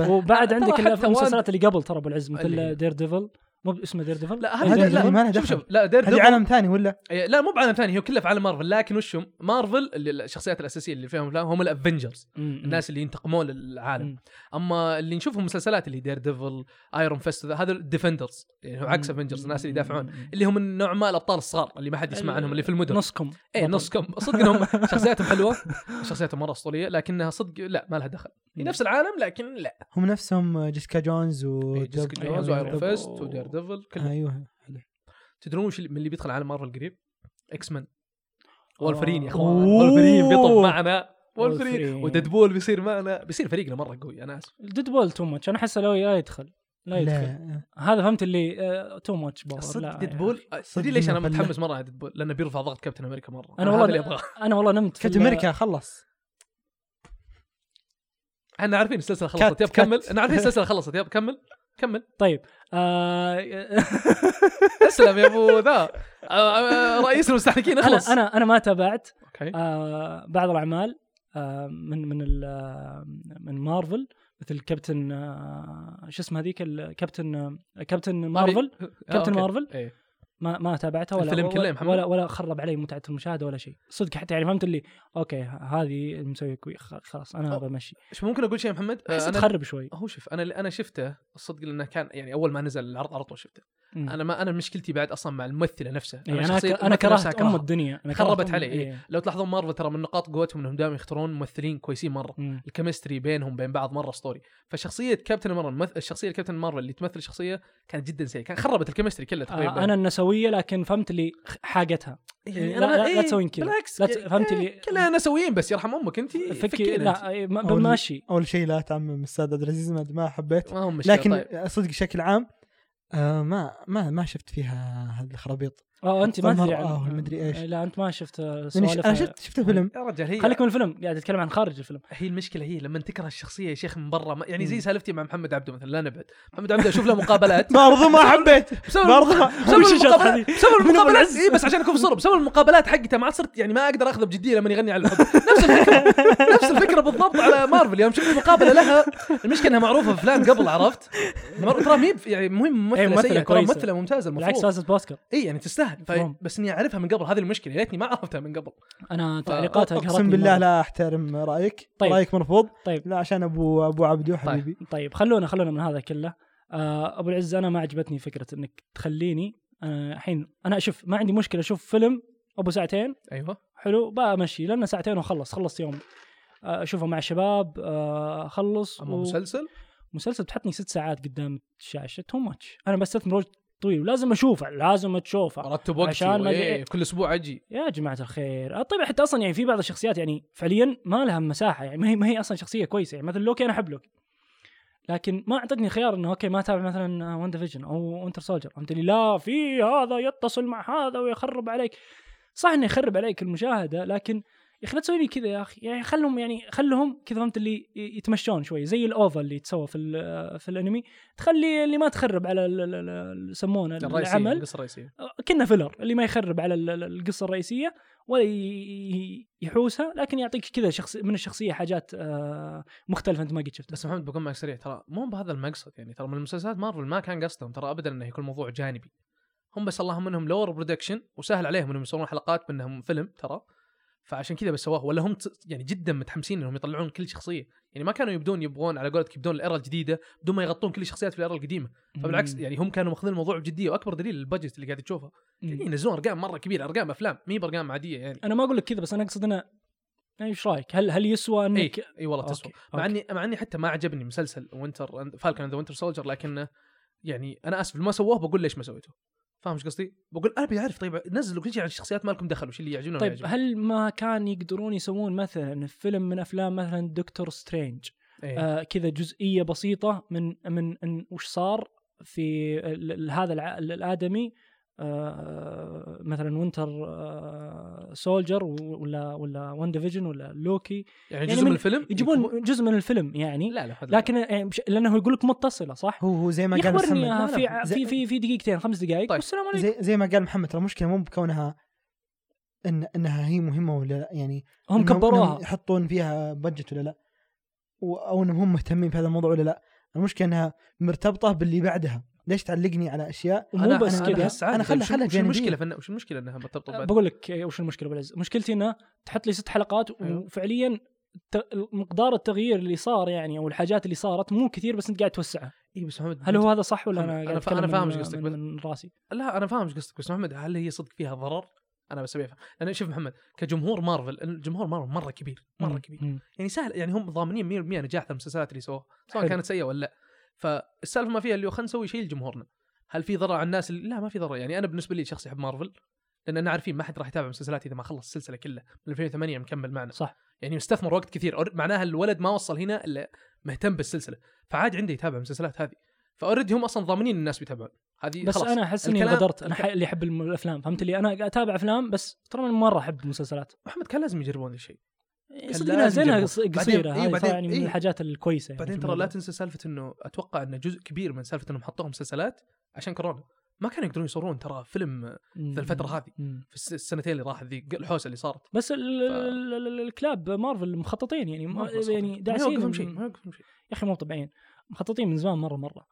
Speaker 1: وبعد
Speaker 5: (laughs) ترى
Speaker 1: عندك
Speaker 5: حتى
Speaker 1: الأف-
Speaker 5: وان-
Speaker 1: المسلسلات اللي قبل ترى ابو العز
Speaker 5: اللي هي.
Speaker 1: مثل دير ديفل مو ب- اسمه دير ديفل
Speaker 5: لا
Speaker 6: هذا
Speaker 5: هذا
Speaker 6: اللي ما له
Speaker 5: لا شوف
Speaker 6: دخل.
Speaker 5: شوف لا دير
Speaker 6: هذه عالم ثاني ولا؟
Speaker 5: إيه، لا مو بعالم ثاني هو كله في عالم مارفل لكن وشهم مارفل اللي الشخصيات الاساسيه اللي فيهم الأفلام هم الافنجرز الناس اللي ينتقمون للعالم
Speaker 1: مم.
Speaker 5: اما اللي نشوفهم مسلسلات اللي دير ديفل ايرون فيست هذا الديفندرز يعني هو عكس افنجرز الناس اللي يدافعون اللي هم من نوع ما الابطال الصغار اللي ما حد يسمع عنهم اللي في المدن
Speaker 1: نصكم
Speaker 5: اي نص كم صدق
Speaker 1: (laughs)
Speaker 5: انهم شخصياتهم حلوه شخصياتهم مره اسطوريه لكنها صدق لا ما لها دخل هي نفس العالم لكن لا
Speaker 6: هم نفسهم جيسكا جونز و
Speaker 5: إيه، جيسكا
Speaker 1: أيوة،
Speaker 5: جونز
Speaker 1: أيوة،
Speaker 5: وايرون
Speaker 1: دب-
Speaker 5: فيست ودير ديفل كلهم
Speaker 6: ايوه
Speaker 5: تدرون وش اللي- من اللي بيدخل عالم مارفل قريب؟ اكس مان
Speaker 1: آه.
Speaker 5: وولفرين يا اخوان
Speaker 1: أوه.
Speaker 5: وولفرين بيطب معنا وولفرين
Speaker 1: وولفرين.
Speaker 5: وديدبول بيصير معنا بيصير فريقنا مره قوي انا اسف
Speaker 1: ديد بول تو ماتش انا احسه لو لا يدخل لا يدخل لا.
Speaker 6: لا
Speaker 1: هذا فهمت اللي آه، تو ماتش
Speaker 5: صدق ديدبول آه، تدري
Speaker 6: صدق
Speaker 5: ليش انا
Speaker 6: إنه بلا.
Speaker 5: متحمس مره على ديدبول لانه بيرفع ضغط كابتن امريكا مره
Speaker 1: انا
Speaker 5: هذا اللي
Speaker 1: والله
Speaker 5: ابغاه
Speaker 1: انا والله نمت في
Speaker 6: كابتن
Speaker 1: ال-
Speaker 6: امريكا خلص
Speaker 5: احنا عارفين السلسله
Speaker 6: كات-
Speaker 5: خلصت يب
Speaker 6: كات.
Speaker 5: كمل انا عارفين السلسله خلصت يب كمل كمل
Speaker 1: (laughs) طيب آه (laughs)
Speaker 5: اسلم يا ابو ذا آه، آه، رئيس المستحلكين
Speaker 1: انا
Speaker 5: اخلص
Speaker 1: انا انا ما تابعت
Speaker 5: اوكي
Speaker 1: آه بعض الاعمال آه من من ال- آه، من مارفل مثل كابتن آه شو اسمه هذيك ال- كابتن آه، كابتن مارفل
Speaker 5: آه،
Speaker 1: كابتن
Speaker 5: أوكي.
Speaker 1: مارفل.
Speaker 5: إيه.
Speaker 1: ما ما تابعتها ولا
Speaker 5: الفيلم كله يا محمد؟
Speaker 1: ولا ولا خرب علي متعه المشاهده ولا شيء صدق حتى يعني فهمت اللي اوكي هذه مسويه كوي خ- خلاص انا بمشي
Speaker 5: شو ممكن اقول شيء يا محمد؟ آه،
Speaker 1: احس
Speaker 5: انا
Speaker 1: تخرب شوي
Speaker 5: هو شوف انا اللي انا شفته الصدق لانه كان يعني اول ما نزل العرض على طول شفته
Speaker 1: مم.
Speaker 5: انا ما انا مشكلتي بعد اصلا مع الممثله نفسه
Speaker 1: إيه، انا
Speaker 5: شخصية
Speaker 1: ك- انا
Speaker 5: الممثلة نفسها
Speaker 1: كرهت ام
Speaker 5: أكرهها.
Speaker 1: الدنيا أنا
Speaker 5: خربت
Speaker 1: كرهت أم-
Speaker 5: علي، إيه.
Speaker 1: إيه.
Speaker 5: لو تلاحظون مارفل ترى من نقاط قوتهم انهم دائما يختارون ممثلين كويسين مره
Speaker 1: مم.
Speaker 5: الكيمستري بينهم بين بعض مره اسطوري فشخصيه كابتن مارفل الممث- الشخصيه كابتن مارفل اللي تمثل الشخصيه كانت جدا سيئه كان خربت الكيمستري كله تقريبا
Speaker 1: آه، انا النسويه لكن فهمت لي خ- حاجتها
Speaker 5: يعني
Speaker 1: لا-
Speaker 5: أنا-
Speaker 1: لا- لا
Speaker 5: إيه،
Speaker 1: تسوين كذا.
Speaker 5: بالعكس
Speaker 1: لا ت- فهمت اللي-
Speaker 5: إيه، كلنا نسويين بس يرحم امك انت
Speaker 1: فكي
Speaker 5: فكينا أنت.
Speaker 1: لا إيه، ما- ماشي
Speaker 6: اول شيء لا تعمم السادة عبد العزيز ما- ما حبيت
Speaker 5: ما هم مشكله
Speaker 6: لكن
Speaker 5: طيب.
Speaker 6: صدق بشكل عام آه ما ما ما شفت فيها هذا الخرابيط
Speaker 1: اه انت ما تدري
Speaker 6: المرأة
Speaker 1: عن-
Speaker 6: والمدري آه، إيش.
Speaker 1: لا انت ما شفت
Speaker 6: لأني
Speaker 1: سوالف
Speaker 6: يعني ش- انا شفت
Speaker 5: طيب.
Speaker 6: شفت الفيلم
Speaker 5: يا رجال هي
Speaker 1: خليك من الفيلم قاعد اتكلم عن خارج الفيلم
Speaker 5: هي المشكله هي لما تكره الشخصيه يا شيخ من برا ما- يعني زي سالفتي مع محمد عبده مثلا لا نبعد محمد عبده اشوف له
Speaker 1: (laughs)
Speaker 5: مقابلات
Speaker 6: برضو ما حبيت
Speaker 5: بسبب
Speaker 6: برضو
Speaker 5: المق-
Speaker 6: ما-
Speaker 5: بسبب
Speaker 1: وش الشطحة
Speaker 5: المقابلات
Speaker 1: دي؟
Speaker 5: بسبب
Speaker 1: من أبو
Speaker 5: المقابلات
Speaker 1: العز؟
Speaker 5: اي بس عشان اكون صرف بسبب المقابلات حقته ما عاد صرت يعني ما اقدر اخذه بجديه لما يغني على الحب نفس الفكره نفس الفكره بالضبط على مارفل يوم شفت مقابله لها المشكله انها معروفه في فلان قبل عرفت مر- ترى مي يعني مو هي
Speaker 1: إيه،
Speaker 5: ممثله
Speaker 1: ممثلة
Speaker 5: سيئه ترى
Speaker 1: كويسة.
Speaker 5: ممثله ممتازه
Speaker 1: بالعكس
Speaker 5: المفروض
Speaker 1: فازت باوسكار
Speaker 5: اي يعني تستاهل ف-
Speaker 1: مفهوم.
Speaker 5: بس اني اعرفها من قبل هذه المشكله يا ليتني ما عرفتها من قبل
Speaker 1: انا تعليقاتها
Speaker 6: اقسم
Speaker 1: قهرتني
Speaker 6: بالله
Speaker 1: مرة.
Speaker 6: لا احترم رايك
Speaker 1: طيب.
Speaker 6: رايك مرفوض
Speaker 1: طيب.
Speaker 6: لا عشان ابو ابو عبدو حبيبي
Speaker 1: طيب خلونا خلونا من هذا كله آه، ابو العز انا ما عجبتني فكره انك تخليني أنا الحين انا اشوف ما عندي مشكله اشوف فيلم ابو ساعتين
Speaker 5: ايوه
Speaker 1: حلو بقى امشي لانه ساعتين وخلص خلص يوم آه، اشوفه مع شباب آه، اخلص
Speaker 5: اما
Speaker 1: و-
Speaker 5: مسلسل
Speaker 1: مسلسل تحطني ست ساعات قدام الشاشه تو ماتش انا بستثمر وقت طويل ولازم اشوفه لازم اشوفه
Speaker 5: رتب وقتي
Speaker 1: عشان ما
Speaker 5: وإيه،
Speaker 1: جي-
Speaker 5: كل اسبوع اجي
Speaker 1: يا جماعة الخير طيب حتى أصلا يعني في بعض الشخصيات يعني فعليا ما لها مساحة يعني ما هي, ما هي أصلا شخصية كويسة يعني مثلا لوكي أنا أحب لوكي لكن ما أعطتني خيار إنه أوكي ما أتابع مثلا وان فيجن أو وينتر سولجر فهمت لي لا في هذا يتصل مع هذا ويخرب عليك صح إنه يخرب عليك المشاهدة لكن يا أخي لا تسوي لي كذا يا أخي يعني خلهم يعني خلهم كذا فهمت اللي ي- يتمشون شوي زي الأوفا اللي تسوى في ال- آه، في الأنمي تخلي اللي ما تخرب على ال- ال- ال- يسمونه
Speaker 5: الرئيسيه
Speaker 1: العمل
Speaker 5: القصه الرئيسيه
Speaker 1: كنا فيلر اللي ما يخرب على ال- ال- القصه الرئيسيه ولا ي- يحوسها لكن يعطيك كذا شخص من الشخصيه حاجات آه، مختلفه انت ما قد شفتها
Speaker 5: بس محمد بكون معك سريع ترى مو بهذا المقصد يعني ترى من المسلسلات مارفل ما كان قصدهم ترى ابدا انه يكون موضوع جانبي هم بس اللهم انهم لور برودكشن وسهل عليهم انهم يصورون حلقات بانهم فيلم ترى فعشان كذا بس سواه ولا هم ت- يعني جدا متحمسين انهم يطلعون كل شخصيه يعني ما كانوا يبدون يبغون على قولتك يبدون الايرا الجديده بدون ما يغطون كل الشخصيات في الايرا القديمه فبالعكس
Speaker 1: مم.
Speaker 5: يعني هم كانوا ماخذين الموضوع بجديه واكبر دليل البادجت اللي قاعد تشوفه يعني ينزلون ارقام مره كبيره ارقام افلام مي بارقام عاديه يعني
Speaker 1: انا ما اقول لك كذا بس انا اقصد انه يعني ايش رايك؟ هل هل يسوى
Speaker 5: اي
Speaker 1: انك
Speaker 5: اي والله إيه، تسوى
Speaker 1: أوكي،
Speaker 5: مع
Speaker 1: أوكي.
Speaker 5: اني مع اني حتى ما عجبني مسلسل وينتر فالكون ذا وينتر سولجر لكنه يعني انا اسف ما سووه بقول ليش ما سويته فاهم ايش قصدي؟ بقول ابي اعرف طيب نزلوا كل شيء عن الشخصيات مالكم دخل وش اللي يعجبنا وما
Speaker 1: طيب
Speaker 5: يعجبنا.
Speaker 1: هل ما كان يقدرون يسوون مثلا فيلم من افلام مثلا دكتور سترينج
Speaker 5: إيه.
Speaker 1: آه كذا جزئيه بسيطه من من إن وش صار في ال- ال- هذا الع- ال- الادمي آه مثلا وينتر آه سولجر و- ولا ولا وان ديفيجن ولا لوكي
Speaker 5: يعني
Speaker 1: يعني
Speaker 5: جزء من
Speaker 1: من-
Speaker 5: الفيلم يكون-
Speaker 1: يجيبون جزء من الفيلم يعني
Speaker 5: لا لا هذا-
Speaker 1: لكن يعني مش- لانه يقول لك متصله صح؟
Speaker 6: هو هو زي ما قال
Speaker 1: يخبرني
Speaker 6: محمد
Speaker 1: إياها في
Speaker 6: لا، لا،
Speaker 1: ع-
Speaker 6: زي-
Speaker 1: في في في دقيقتين خمس دقائق
Speaker 5: طيب.
Speaker 1: والسلام عليكم
Speaker 6: زي زي ما قال محمد ترى المشكله مو بكونها ان انها هي مهمه ولا لا يعني
Speaker 1: هم
Speaker 6: إنهم-
Speaker 1: كبروها
Speaker 6: إنهم يحطون فيها بجت ولا لا و- او انهم هم مهتمين بهذا الموضوع ولا لا المشكله انها مرتبطه باللي بعدها ليش تعلقني على اشياء
Speaker 1: ومو
Speaker 5: أنا-
Speaker 1: بس
Speaker 5: أنا-
Speaker 1: كذا.
Speaker 5: انا هسه عادي.
Speaker 6: أنا
Speaker 5: طيب
Speaker 6: خلها-
Speaker 5: شو-
Speaker 6: خلها
Speaker 5: وش
Speaker 6: جانبية.
Speaker 5: المشكله في إنه- وش المشكله انها مرتبطه بعد؟
Speaker 1: بقول لك إيه، وش المشكله بالعز مشكلتي انه تحط لي ست حلقات
Speaker 5: أيوه.
Speaker 1: وفعليا ت- مقدار التغيير اللي صار يعني او الحاجات اللي صارت مو كثير بس انت قاعد توسعها
Speaker 5: اي إيه، بس محمد
Speaker 1: هل هو هذا صح ولا انا
Speaker 5: أنا-
Speaker 1: قاعد
Speaker 5: أنا فا-
Speaker 1: أتكلم
Speaker 5: أنا
Speaker 1: من-
Speaker 5: فاهم إيش قصدك،
Speaker 1: من,
Speaker 5: بس-
Speaker 1: من راسي
Speaker 5: لا انا فاهم ايش قصدك بس محمد هل هي صدق فيها ضرر؟ انا بس ابي افهم لان شوف محمد كجمهور مارفل الجمهور مارفل مره كبير مره
Speaker 1: مم.
Speaker 5: كبير
Speaker 1: مم.
Speaker 5: يعني سهل يعني هم ضامنين 100% نجاح المسلسلات اللي سووها سواء
Speaker 1: حلو.
Speaker 5: كانت سيئه ولا لا فالسالفه ما فيها اللي هو خلينا نسوي شيء لجمهورنا هل في ضرر على الناس اللي... لا ما في ضرر يعني انا بالنسبه لي شخص يحب مارفل لاننا عارفين ما حد راح يتابع مسلسلات اذا ما خلص السلسله كلها من 2008 مكمل معنا
Speaker 1: صح.
Speaker 5: يعني يستثمر وقت كثير أور- معناها الولد ما وصل هنا الا مهتم بالسلسله فعاد عنده يتابع المسلسلات هذه فاوريدي هم اصلا ضامنين الناس بيتابعون هذه
Speaker 1: بس
Speaker 5: خلاص.
Speaker 1: انا احس اني
Speaker 5: الكلام-
Speaker 1: غدرت انا
Speaker 5: الك-
Speaker 1: ح- اللي احب الم- الافلام فهمت لي انا اتابع افلام بس ترى أنا مره احب المسلسلات
Speaker 5: محمد كان لازم يجربون ذا الشيء
Speaker 1: صدق
Speaker 5: لازم
Speaker 1: نازلينها
Speaker 5: يجربون.
Speaker 1: قص-
Speaker 5: إيه، بعدين-
Speaker 1: قصيره
Speaker 5: إيه،
Speaker 1: هذه
Speaker 5: بعدين-
Speaker 1: صار يعني من
Speaker 5: إيه.
Speaker 1: الحاجات الكويسه يعني
Speaker 5: بعدين
Speaker 1: في
Speaker 5: ترى لا
Speaker 1: الموضوع.
Speaker 5: تنسى سالفه انه اتوقع ان جزء كبير من سالفه انهم حطوهم مسلسلات عشان كورونا ما كانوا يقدرون يصورون ترى فيلم
Speaker 1: مم.
Speaker 5: في الفترة هذه.
Speaker 1: مم.
Speaker 5: في الس- السنتين اللي راحت ذي الحوسه اللي صارت
Speaker 1: بس ال- ال- ال- الكلاب مارفل مخططين يعني ما يعني
Speaker 5: ما
Speaker 1: داعسين
Speaker 5: يوقفهم شيء ما يوقفهم شيء
Speaker 1: يا اخي مو طبيعيين مخططين من زمان مره مره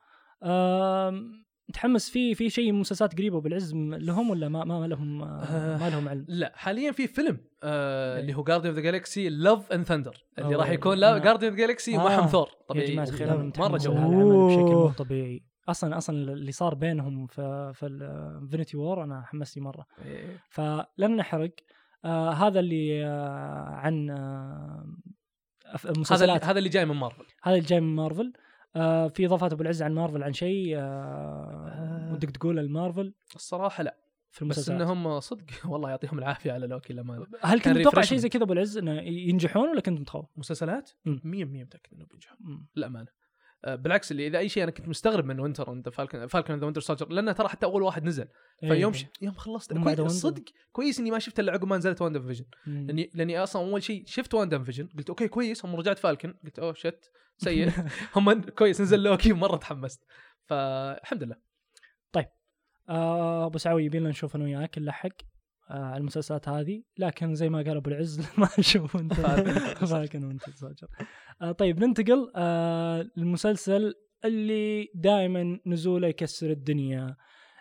Speaker 1: أم... متحمس في في شيء مسلسلات قريبه بالعز م- لهم ولا ما ما ما لهم آه، ما لهم علم
Speaker 5: لا حاليا في فيلم آه
Speaker 1: إيه.
Speaker 5: اللي هو جارديان اوف ذا جالكسي لاف اند ثندر اللي
Speaker 1: أوه.
Speaker 5: راح يكون
Speaker 1: أنا-
Speaker 5: لا جارديان اوف جالكسي ومعهم
Speaker 1: آه.
Speaker 5: ثور
Speaker 1: يا
Speaker 5: طبيعي
Speaker 1: جماعه الخير
Speaker 5: لا،
Speaker 1: انا
Speaker 5: مره
Speaker 1: متحمس
Speaker 5: جو
Speaker 1: لها
Speaker 6: لها.
Speaker 1: العمل بشكل مو
Speaker 6: أوه.
Speaker 1: طبيعي اصلا اصلا اللي صار بينهم في في انفنتي وور انا حمسني مره
Speaker 5: إيه.
Speaker 1: فلن نحرق آه هذا اللي آه عن آه أف-
Speaker 5: هذا اللي-
Speaker 1: المسلسلات
Speaker 5: هذا اللي جاي من مارفل
Speaker 1: هذا اللي جاي من مارفل آه في اضافات ابو العز عن مارفل عن شيء آه
Speaker 5: آه.
Speaker 1: ودك تقول المارفل
Speaker 5: الصراحه لا
Speaker 1: في
Speaker 5: بس
Speaker 1: المسلسلات
Speaker 5: انهم صدق (laughs) والله يعطيهم العافيه على لوكي (laughs) لما
Speaker 1: هل
Speaker 5: كان
Speaker 1: كنت متوقع
Speaker 5: refreshing.
Speaker 1: شيء زي كذا ابو العز انه ينجحون ولا كنت متخوف؟
Speaker 5: مسلسلات 100%
Speaker 1: مم.
Speaker 5: متاكد انه بينجح للامانه آه، بالعكس اللي اذا اي شيء انا كنت مستغرب من وينتر اند فالكن فالكن ذا وينتر سولجر لانه ترى حتى اول واحد نزل
Speaker 1: إيه،
Speaker 5: فيوم ش... يوم خلصت
Speaker 1: هم
Speaker 5: كويس
Speaker 1: بعد Wonder.
Speaker 5: صدق كويس اني ما شفت الا عقب ما نزلت وان فيجن
Speaker 1: لاني
Speaker 5: لاني لاني اصلا اول شيء شفت وان فيجن قلت اوكي كويس هم رجعت فالكن قلت اوه شت سيء هم كويس نزل لوكي مره تحمست فالحمد لله
Speaker 1: آه ابو سعوي يبي لنا نشوف انا وياك نلحق آه على المسلسلات هذه لكن زي ما قال ابو العز (laughs) ما نشوف
Speaker 5: (laughs)
Speaker 1: انت (laughs) فالكن وانت تسجل آه طيب ننتقل آه للمسلسل اللي دائما نزوله يكسر الدنيا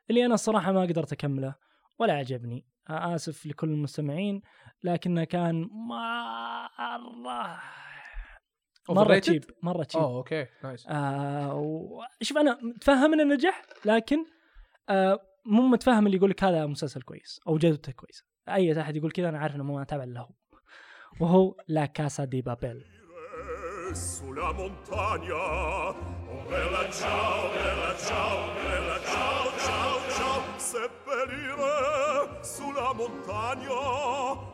Speaker 1: اللي انا الصراحه ما قدرت اكمله ولا عجبني آه اسف لكل المستمعين لكنه كان مره مره
Speaker 5: Overrated؟
Speaker 1: تشيب مره تشيب
Speaker 5: اوه اوكي نايس
Speaker 1: آه و- شوف انا متفهم انه نجح لكن آه مو متفهم اللي يقول لك هذا مسلسل كويس او جودته كويسه اي احد يقول كذا انا عارف انه مو تابع الا هو وهو لا كاسا دي بابيل
Speaker 2: Sulla montagna, oh bella ciao, bella ciao, bella ciao, ciao, ciao, seppellire sulla montagna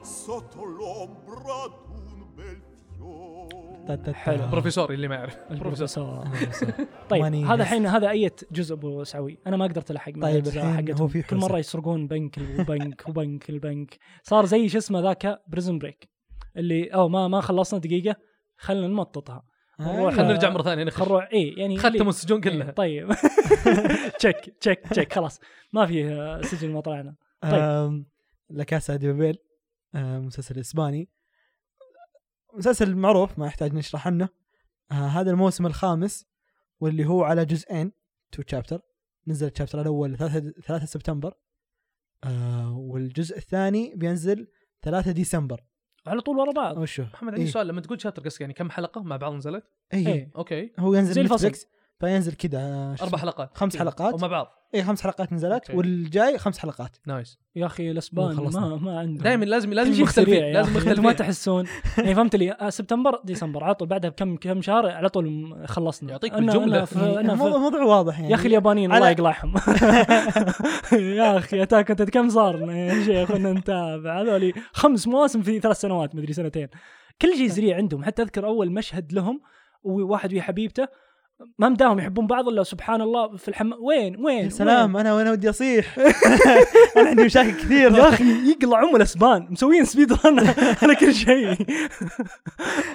Speaker 2: sotto l'ombra d'un bel fiore.
Speaker 6: حلو
Speaker 5: بروفيسور اللي ما يعرف
Speaker 1: (laughs)
Speaker 5: بروفيسور
Speaker 6: (laughs)
Speaker 1: البروفيسور طيب
Speaker 6: ماني
Speaker 1: هذا
Speaker 6: بس.
Speaker 1: الحين هذا اية جزء ابو سعوي انا ما قدرت الحق من
Speaker 6: طيب
Speaker 1: الأجزاء
Speaker 6: الحين
Speaker 1: حقتهم.
Speaker 6: هو في
Speaker 1: كل
Speaker 6: حوسة.
Speaker 1: مره يسرقون بنك وبنك وبنك البنك صار زي شو اسمه ذاك بريزن بريك اللي او ما ما خلصنا دقيقه خلينا نمططها
Speaker 6: آه.
Speaker 5: خلينا نرجع مره ثانيه نخرج
Speaker 1: خروع اي يعني
Speaker 5: ختموا
Speaker 1: اللي-
Speaker 5: السجون كلها
Speaker 1: طيب تشيك تشيك تشيك خلاص ما في آه، سجن ما طلعنا طيب.
Speaker 6: طيب لكاسا دي بابيل آه، مسلسل اسباني مسلسل معروف ما يحتاج نشرح عنه آه، هذا الموسم الخامس واللي هو على جزئين تو تشابتر نزل التشابتر الاول 3 3 سبتمبر آه، والجزء الثاني بينزل 3 ديسمبر إيه،
Speaker 1: على طول ورا بعض
Speaker 6: او شو
Speaker 5: محمد عندي سؤال لما تقول شابتر قصدي يعني كم حلقه مع بعض نزلت؟
Speaker 6: اي
Speaker 1: إيه.
Speaker 5: اوكي
Speaker 6: هو
Speaker 1: زي
Speaker 6: ينزل
Speaker 1: الفصل.
Speaker 6: نتفلكس فينزل كذا آه،
Speaker 5: اربع حلقات
Speaker 6: خمس
Speaker 5: كذا.
Speaker 6: حلقات.
Speaker 5: ومع بعض
Speaker 6: اي إيه، خمس حلقات نزلت
Speaker 5: أوكي.
Speaker 6: والجاي خمس حلقات
Speaker 5: نايس
Speaker 1: يا اخي الاسبان
Speaker 6: مو خلصنا.
Speaker 1: ما ما عندهم
Speaker 5: دائما لازم لازم
Speaker 1: تمشي سريع
Speaker 5: مختلفين
Speaker 1: نعم. يا
Speaker 5: لازم
Speaker 1: أخي. انتم ما
Speaker 5: مختلفين
Speaker 1: تحسون يعني فهمت لي آه، سبتمبر ديسمبر على طول بعدها بكم كم شهر على طول م- خلصنا
Speaker 5: يعطيك
Speaker 1: أنا-
Speaker 5: بالجملة.
Speaker 1: أنا في- أنا في-
Speaker 6: الموضوع موضوع واضح يعني
Speaker 1: آه، يا اخي اليابانيين الله
Speaker 6: على-
Speaker 1: يقلعهم (laughs) يا اخي اتاك انت كم صار لنا يا شيخ خلنا نتابع هذولي خمس مواسم في ثلاث سنوات مدري سنتين كل
Speaker 6: نعم.
Speaker 1: شيء سريع عندهم حتى اذكر اول مشهد لهم وواحد ويا حبيبته ما مداهم يحبون بعض الا سبحان الله في الحمام وين وين
Speaker 6: يا سلام انا وانا ودي (laughs) اصيح انا عندي مشاكل كثير
Speaker 1: وين؟ (laughs) يا اخي يقلع ام الاسبان مسويين سبيد رن (laughs) على كل شيء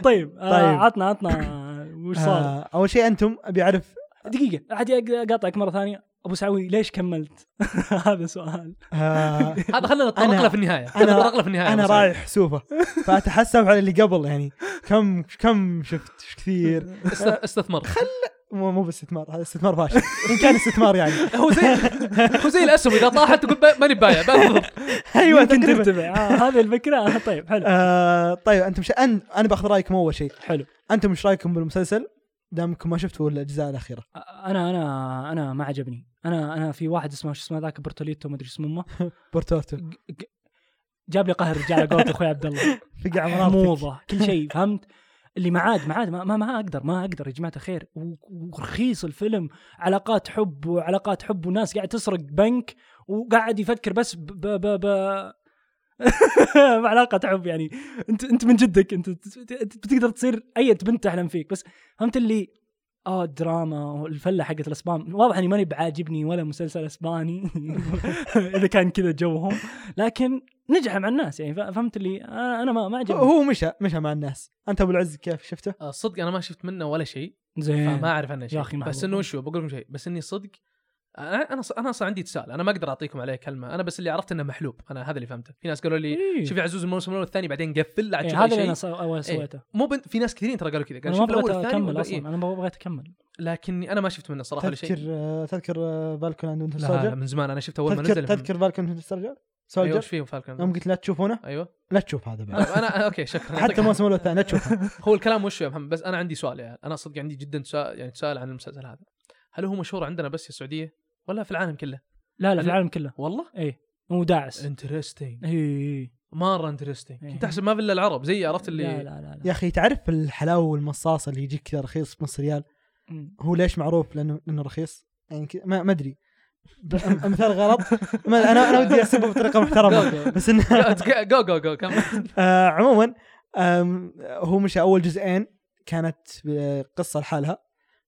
Speaker 1: طيب آه،
Speaker 6: طيب.
Speaker 1: عطنا عطنا وش صار
Speaker 6: آه، اول شيء انتم ابي اعرف
Speaker 1: دقيقه عاد اقاطعك مره ثانيه ابو سعوي ليش كملت (laughs) هذا سؤال
Speaker 6: آه،
Speaker 1: (laughs)
Speaker 5: هذا خلينا نتطرق
Speaker 6: أنا-
Speaker 5: له في النهايه
Speaker 6: أنا-
Speaker 5: خلينا نتطرق له في النهايه
Speaker 6: انا
Speaker 5: بس.
Speaker 6: رايح سوفه فاتحسب على اللي قبل يعني كم كم شفت ايش كثير
Speaker 5: استث- استثمر
Speaker 6: مو مو باستثمار هذا استثمار فاشل ان كان
Speaker 1: (laughs)
Speaker 6: استثمار يعني
Speaker 5: هو زي هو زي الاسهم اذا طاحت تقول ب- ماني بايع بنظر
Speaker 6: ايوه
Speaker 1: يمكن
Speaker 6: تقريبا
Speaker 1: ترتفع آه هذه الفكره آه طيب حلو
Speaker 6: آه، طيب انتم ش... أن... انا باخذ رايكم اول شيء
Speaker 1: حلو
Speaker 6: انتم ايش رايكم بالمسلسل دامكم ما شفتوا الاجزاء الاخيره
Speaker 1: آه، انا انا انا ما عجبني انا انا في واحد اسمه شو اسمه ذاك برتوليتو ما ادري اسمه امه
Speaker 6: بورتورتو
Speaker 1: جاب لي قهر رجال على قولت اخوي عبد الله
Speaker 6: فقع مناطق
Speaker 1: حموضه كل شيء فهمت اللي معاد معاد ما, ما, ما اقدر ما اقدر يا جماعه الخير و- ورخيص الفيلم علاقات حب وعلاقات حب وناس قاعد تسرق بنك وقاعد يفكر بس ب ب ب (laughs) ب- بعلاقة حب يعني انت انت من جدك انت ت- ت- بتقدر تصير اي بنت تحلم فيك بس فهمت اللي اه الدراما والفله حقت الاسبان واضح اني ماني بعاجبني ولا مسلسل (laughs) اسباني اذا كان كذا جوهم لكن نجح مع الناس يعني ف- فهمت اللي انا أنا ما ما
Speaker 6: هو-
Speaker 1: عجبني
Speaker 6: هو مشى مشى مع الناس انت ابو العز كيف شفته؟
Speaker 5: آه، صدق انا ما شفت منه ولا شيء
Speaker 1: زين
Speaker 5: فما اعرف عنه شيء
Speaker 1: إيه. أخي محظوظ.
Speaker 5: بس انه وشو بقول لكم شيء بس اني صدق انا انا انا اصلا عندي تساؤل انا ما اقدر اعطيكم عليه كلمه انا بس اللي عرفت انه محلوب انا هذا اللي فهمته في ناس قالوا لي
Speaker 1: إيه.
Speaker 5: شوف يا عزوز الموسم الاول والثاني بعدين قفل لا عاد
Speaker 1: إيه،
Speaker 5: شوف
Speaker 1: هذا
Speaker 5: أي
Speaker 1: اللي انا
Speaker 5: شيء
Speaker 1: سو- أول سويته
Speaker 5: مو بن... في ناس كثيرين ترى قالوا كذا
Speaker 1: انا ما
Speaker 5: قالوا شوف الاول
Speaker 1: بغيت
Speaker 5: والثاني
Speaker 1: اكمل
Speaker 5: والباقي-
Speaker 1: اصلا
Speaker 5: إيه.
Speaker 1: انا ما بغيت اكمل
Speaker 5: لكني انا ما شفت منه صراحه ولا
Speaker 6: تذكر آه،
Speaker 5: شيء
Speaker 6: تذكر بالكون اند وينتر
Speaker 5: لا لا
Speaker 6: سولجر
Speaker 5: من زمان انا شفته اول ما
Speaker 6: تذكر
Speaker 5: نزل
Speaker 6: تذكر بالكون اند وينتر سولجر
Speaker 5: ايوه ايش
Speaker 6: سولجر
Speaker 5: فيهم فالكون
Speaker 6: يوم قلت لا تشوفونه
Speaker 5: ايوه
Speaker 6: لا تشوف
Speaker 5: (laughs)
Speaker 6: هذا بعد
Speaker 5: انا أنا- اوكي شكرا
Speaker 6: حتى الموسم الاول والثاني لا تشوفه
Speaker 5: هو الكلام وش يا محمد بس انا عندي سؤال يعني انا صدق عندي جدا سؤال يعني سؤال عن المسلسل هذا هل هو مشهور عندنا بس في السعوديه ولا في العالم كله
Speaker 1: لا لا في
Speaker 5: أنا-
Speaker 1: العالم كله
Speaker 5: والله
Speaker 1: ايه هو داعس إيه،
Speaker 5: انترستنج
Speaker 1: اي اي
Speaker 5: مره انترستنج
Speaker 1: إيه.
Speaker 5: كنت احسب ما في الا العرب زي عرفت اللي
Speaker 1: لا لا لا,
Speaker 6: يا
Speaker 1: لا.
Speaker 6: اخي تعرف الحلاوه والمصاصه اللي يجيك كذا رخيص بنص ريال
Speaker 1: مم.
Speaker 6: هو ليش معروف لانه لانه رخيص يعني كذا ما ما ادري ب- أم- مثال غلط ما انا انا ودي اسبه
Speaker 5: (laughs)
Speaker 6: بطريقه محترمه بس انه
Speaker 5: (laughs) لا جو جو
Speaker 1: (laughs)
Speaker 5: جو كمل
Speaker 6: آه عموما آم، هو مشى اول جزئين كانت آه، قصه لحالها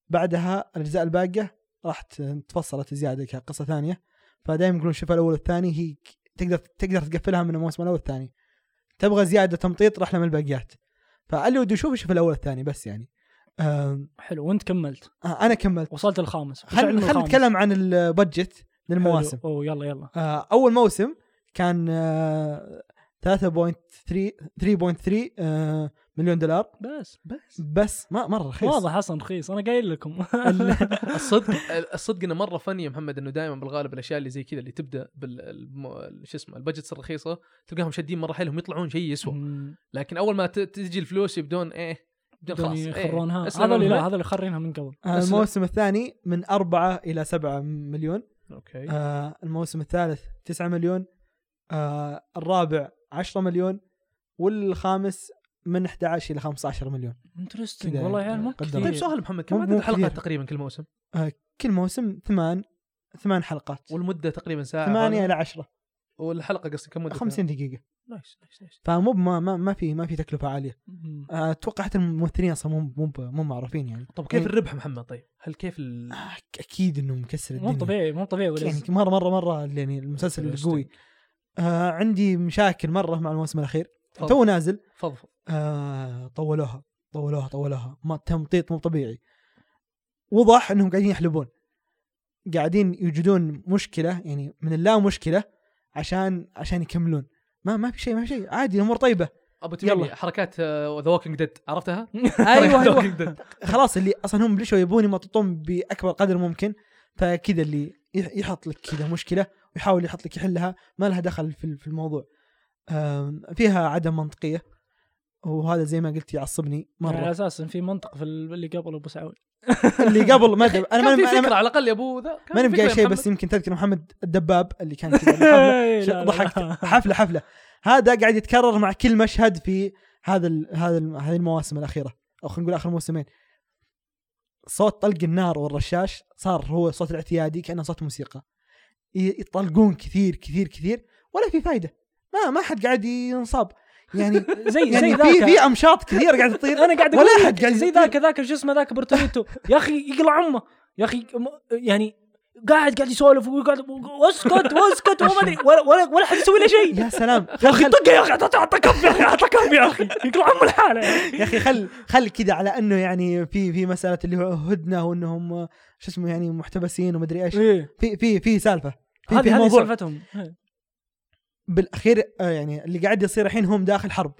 Speaker 6: بعدها الاجزاء الباقيه راح ت- تفصلت زياده كقصه ثانيه فدائما يقولون شوف الاول والثاني هي ك- تقدر تقدر تقفلها من الموسم الاول والثاني تبغى زياده تمطيط راح لها من الباقيات فاللي ودي يشوفه شوف الاول والثاني بس يعني آم،
Speaker 1: حلو وانت كملت
Speaker 6: آه انا كملت
Speaker 1: وصلت الخامس وش علم
Speaker 6: خلينا خل
Speaker 1: الخامس؟
Speaker 6: نتكلم عن البادجت للمواسم
Speaker 1: حلو. اوه يلا يلا
Speaker 6: آه، اول موسم كان آه، 3.3 3.3 آه، مليون دولار
Speaker 1: بس بس
Speaker 6: بس ما مره رخيص
Speaker 1: واضح اصلا رخيص انا قايل لكم (laughs)
Speaker 5: (laughs) الصدق الصدق انه مره فني يا محمد انه دائما بالغالب الاشياء اللي زي كذا اللي تبدا بال الم- شو اسمه البجتس الرخيصه تلقاهم شادين مره حيلهم يطلعون شيء يسوى
Speaker 1: مم.
Speaker 5: لكن اول ما ت- تجي الفلوس يبدون ايه يبدون
Speaker 1: بدهم
Speaker 5: خلاص إيه.
Speaker 1: يخرونها
Speaker 5: أسلم
Speaker 1: هذا اللي
Speaker 5: لهم.
Speaker 1: لا هذا اللي خرينها من قبل
Speaker 6: آه،
Speaker 5: أسلم.
Speaker 6: الموسم الثاني من 4 الى 7 مليون
Speaker 5: اوكي
Speaker 6: آه، الموسم الثالث 9 مليون آه، الرابع 10 مليون والخامس من 11 الى 15 مليون
Speaker 1: انترستنج
Speaker 6: كذا
Speaker 1: والله يا عيال مو
Speaker 6: قدر.
Speaker 1: كثير
Speaker 5: طيب سؤال محمد كم
Speaker 6: مو-
Speaker 5: عدد
Speaker 6: مو
Speaker 5: الحلقات
Speaker 6: كثير.
Speaker 5: تقريبا كل موسم
Speaker 6: كل موسم ثمان ثمان حلقات
Speaker 5: والمده تقريبا ساعه
Speaker 6: 8
Speaker 5: غالباً؟
Speaker 6: الى 10
Speaker 5: والحلقه قصدي كم مدة
Speaker 6: 50 دقيقه
Speaker 5: نايس نايس نايس
Speaker 6: فمو ما ما- ما في ما في تكلفه عاليه
Speaker 1: مم.
Speaker 6: آه، اتوقع حتى الممثلين اصلا مو مو مو معروفين يعني
Speaker 5: طب كيف
Speaker 6: يعني-
Speaker 5: الربح محمد طيب هل كيف ال...
Speaker 6: آه، اكيد انه مكسر الدنيا
Speaker 1: مو طبيعي مو طبيعي ولا (laughs)
Speaker 6: يعني مره مره مره يعني المسلسل القوي آه عندي مشاكل مره مع الموسم الاخير
Speaker 5: تفضل.
Speaker 6: تو نازل
Speaker 5: تفضل
Speaker 6: آه طولوها طولوها طولوها ما تمطيط مو طبيعي وضح انهم قاعدين يحلبون قاعدين يوجدون مشكله يعني من اللا مشكله عشان عشان يكملون ما ما في شيء ما في شيء عادي الامور طيبه
Speaker 5: ابو تميمي
Speaker 6: يلا.
Speaker 5: حركات آه، ذا ووكينج ديد
Speaker 6: (laughs)
Speaker 5: عرفتها؟
Speaker 6: ايوه
Speaker 5: The
Speaker 6: ايوه
Speaker 5: Walking Dead.
Speaker 6: خلاص اللي اصلا هم بلشوا يبون يمططون باكبر قدر ممكن فكذا اللي يح- يحط لك كذا مشكله ويحاول يحط لك يحلها ما لها دخل في في الموضوع أم، فيها عدم منطقيه وهذا زي ما قلت يعصبني
Speaker 1: على
Speaker 6: مره
Speaker 1: اساس إن في منطق في اللي قبل ابو (laughs) سعود
Speaker 6: اللي قبل ما أدري-
Speaker 5: كان
Speaker 6: انا
Speaker 5: في
Speaker 6: ما
Speaker 5: فكره على الاقل يا ابو ذا كان
Speaker 6: ما
Speaker 5: في
Speaker 6: نبقى
Speaker 5: فكرة يا
Speaker 6: شيء
Speaker 5: محمد.
Speaker 6: بس يمكن تذكر محمد الدباب اللي كان كذا بالحفلة.
Speaker 1: (laughs) إيه،
Speaker 6: ش-
Speaker 1: لا، لا، لا.
Speaker 6: ضحكت حفله حفله هذا قاعد يتكرر مع كل مشهد في هذا ال هذا ال هذه المواسم الاخيره او خلينا نقول اخر موسمين صوت طلق النار والرشاش صار هو صوت الاعتيادي كانه صوت موسيقى ي- يطلقون كثير كثير كثير ولا في فائده ما ما حد قاعد ينصاب يعني
Speaker 1: (laughs) زي زي
Speaker 6: يعني
Speaker 1: ذاك
Speaker 6: في في امشاط كثير قاعد تطير
Speaker 1: انا قاعد اقول
Speaker 6: ولا
Speaker 1: لك
Speaker 6: احد قاعد
Speaker 1: زي
Speaker 6: يطير.
Speaker 1: ذاك ذاك شو اسمه ذاك برتوليتو يا اخي يقلع امه يا اخي م- يعني قاعد قاعد يسولف وقاعد واسكت واسكت وما ادري ولا ولا, ولا حد يسوي له شيء
Speaker 6: يا
Speaker 1: (laughs)
Speaker 6: سلام
Speaker 1: يا اخي طقه يا اخي اعطى كف يا اخي اعطى كف يا اخي يقلع امه لحاله
Speaker 6: يا اخي خل خل كذا على انه يعني في في مساله اللي هو هدنه وانهم شو اسمه يعني محتبسين ومدري ايش
Speaker 1: إيه.
Speaker 6: في في في سالفه في في
Speaker 1: هذه هذه
Speaker 6: موضوع
Speaker 1: سالفتهم إيه.
Speaker 6: بالاخير آه، يعني اللي قاعد يصير الحين هم داخل حرب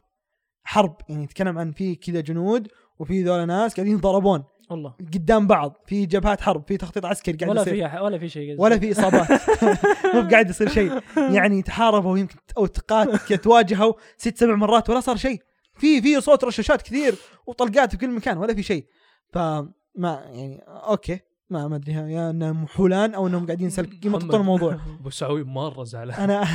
Speaker 6: حرب يعني يتكلم عن في كذا جنود وفي ذولا ناس قاعدين يتضاربون
Speaker 1: والله
Speaker 6: قدام بعض في جبهات حرب في تخطيط عسكري قاعد
Speaker 1: ولا
Speaker 6: يصير
Speaker 1: فيها ولا في شيء
Speaker 6: ولا في اصابات (laughs) مو قاعد يصير شيء يعني تحاربوا يمكن او تقات تواجهوا ست سبع مرات ولا صار شيء في في صوت رشاشات كثير وطلقات في كل مكان ولا في شيء فما يعني اوكي ما ما ادري يا انهم حولان او انهم قاعدين سلك
Speaker 5: (laughs)
Speaker 6: يمططون الموضوع
Speaker 5: ابو سعوي مره
Speaker 6: (laughs)
Speaker 5: زعلان
Speaker 6: انا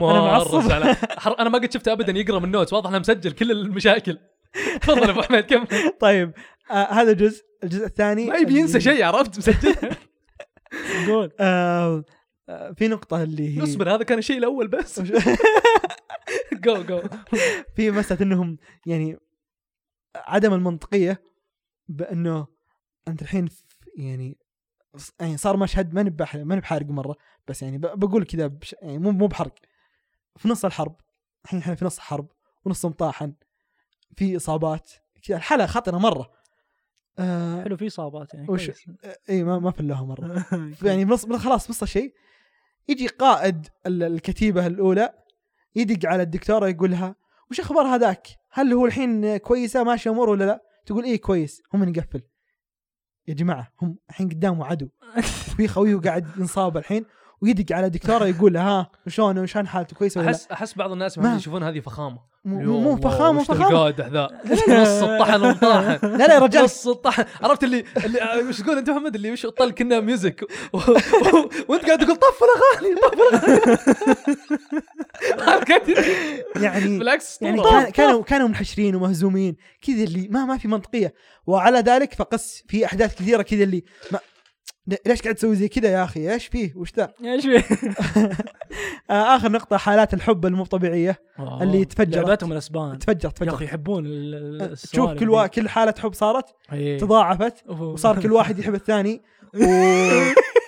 Speaker 5: مره
Speaker 6: معصب. (laughs)
Speaker 5: زعلان حر- انا ما قد شفته ابدا يقرا من النوتس واضح انه مسجل كل المشاكل (laughs) تفضل يا ابو حميد
Speaker 6: (laughs)
Speaker 5: كم
Speaker 6: طيب آه هذا جزء الجزء الثاني (laughs)
Speaker 5: ما يبي ينسى
Speaker 6: اللي-
Speaker 5: شيء عرفت مسجل
Speaker 1: قول
Speaker 6: آه آه، في نقطة اللي هي
Speaker 5: اصبر هذا كان الشيء الاول بس جو جو
Speaker 6: (laughs) في مسألة انهم يعني عدم المنطقية بانه انت الحين في- يعني يعني صار مشهد ماني بح- ماني بحارق مرة بس يعني ب- بقول كذا بش- يعني مو مو بحرق في نص الحرب الحين احنا في نص الحرب ونص مطاحن في اصابات كذا الحالة خطرة مرة آه
Speaker 1: حلو في اصابات يعني
Speaker 6: وش-
Speaker 1: كويس. (laughs)
Speaker 6: اي إيه، ما ما فلوها مرة يعني بنص بنص- خلاص بنص الشيء يجي قائد ال- الكتيبه الاولى يدق على الدكتوره يقول لها وش اخبار هذاك؟ هل هو الحين كويسه ماشي اموره ولا لا؟ تقول ايه كويس هم نقفل يا جماعه هم الحين قدامه عدو في خويه قاعد ينصاب الحين ويدق على الدكتوره يقول لها ها وشلون وشلون حالته كويسه ولا لا؟
Speaker 5: احس احس بعض الناس
Speaker 6: ما-
Speaker 5: ما يشوفون هذه فخامه
Speaker 6: مو-
Speaker 5: يو
Speaker 6: مو
Speaker 5: الله،
Speaker 6: فخامه
Speaker 5: وش
Speaker 6: فخامه
Speaker 5: القادح ذا (laughs) نص الطحن ومطاحن
Speaker 6: (laughs) لا لا يا رجال
Speaker 5: نص الطحن عرفت اللي اللي آه، وش تقول انت محمد اللي وش طل كنا (laughs) ميوزك و- و- وانت قاعد تقول طفل اغاني
Speaker 6: (laughs)
Speaker 5: طفل اغاني (laughs)
Speaker 6: يعني
Speaker 5: بالعكس
Speaker 6: يعني
Speaker 5: اسطورة.
Speaker 6: كان كانوا كانوا منحشرين ومهزومين كذا اللي ما ما في منطقيه وعلى ذلك فقس في احداث كثيره كذا اللي ما ليش قاعد تسوي زي كذا يا اخي ايش فيه وش ذا
Speaker 1: ايش في؟
Speaker 6: آه اخر نقطه حالات الحب المو طبيعيه
Speaker 1: آه،
Speaker 6: (laughs) اللي تفجرت.
Speaker 1: لعبتهم الاسبان
Speaker 6: تفجر
Speaker 1: يا اخي
Speaker 6: تفجر
Speaker 1: يحبون ال- ال-
Speaker 6: آه،
Speaker 1: السوالف
Speaker 6: تشوف كل وا... كل حاله حب صارت
Speaker 1: ذي. إيه.
Speaker 6: تضاعفت
Speaker 1: أوه.
Speaker 6: وصار كل واحد يحب الثاني و... (laughs)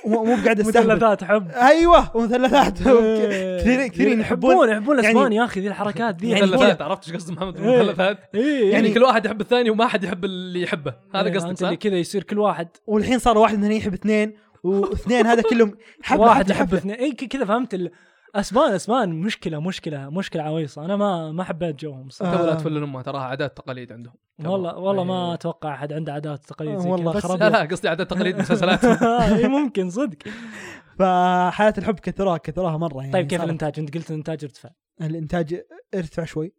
Speaker 6: ومو قاعد استهبل
Speaker 1: مثلثات حب
Speaker 6: (laughs)
Speaker 1: يعني
Speaker 6: ايوه ومثلثات كثيرين كثيرين يحبون
Speaker 1: يحبون يحبون
Speaker 6: يعني-
Speaker 1: الاسبان يا اخي ذي الحركات ذي
Speaker 5: مثلثات عرفت ايش قصد محمد مثلثات
Speaker 6: إيه.
Speaker 1: اي
Speaker 5: يعني كل واحد يحب الثاني وما حد يحب اللي يحبه هذا قصدك صح؟
Speaker 1: اللي كذا يصير كل واحد
Speaker 6: والحين صار واحد من هنا يحب اثنين واثنين هذا كلهم حب
Speaker 1: واحد
Speaker 6: لحفلة.
Speaker 1: يحب اثنين اي ك- كذا فهمت ال... اسبان اسبان مشكله مشكله مشكله عويصه انا ما ما حبيت جوهم صراحه
Speaker 6: آه.
Speaker 5: تو لا تفل الامه تراها عادات تقاليد عندهم
Speaker 1: والله والله ما
Speaker 5: إيه.
Speaker 1: اتوقع احد عنده عادات وتقاليد زي
Speaker 6: والله
Speaker 1: كذا بس- (laughs)
Speaker 6: خرابيط.
Speaker 5: لا لا قصدي عادات تقاليد
Speaker 6: (laughs)
Speaker 5: مسلسلات
Speaker 1: اي ممكن صدق
Speaker 6: إيه، فحالات الحب كثروها كثروها مره يعني
Speaker 1: طيب كيف
Speaker 6: صارت-
Speaker 1: الانتاج انت قلت الانتاج ارتفع
Speaker 6: الانتاج ارتفع شوي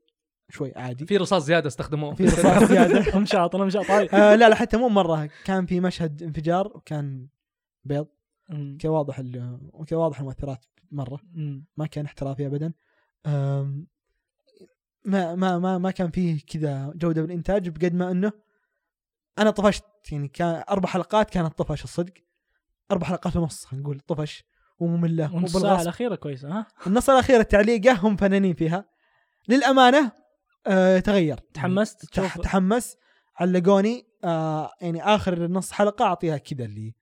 Speaker 6: شوي عادي
Speaker 5: في رصاص زياده استخدموه
Speaker 6: في رصاص زياده
Speaker 1: (laughs) انا مشاط انا مشاط طيب
Speaker 6: (laughs) آه لا لا حتى مو مره كان في مشهد انفجار وكان بيض
Speaker 1: أمم،
Speaker 6: كان واضح ال- كان واضح المؤثرات مره
Speaker 1: أمم.
Speaker 6: ما كان احترافي ابدا آم، ما ما ما ما كان فيه كذا جوده بالانتاج بقد ما انه انا طفشت يعني كان اربع حلقات كانت طفش الصدق اربع حلقات ونص خلينا نقول طفش وممله
Speaker 1: ونص الساعه
Speaker 6: وبالغصب
Speaker 1: الاخيره كويسه ها
Speaker 6: النص الاخير التعليقه هم فنانين فيها للامانه آه تغير
Speaker 1: تحمست
Speaker 6: تح-
Speaker 1: تشوف
Speaker 6: تحمس علقوني آه يعني اخر نص حلقه اعطيها كذا اللي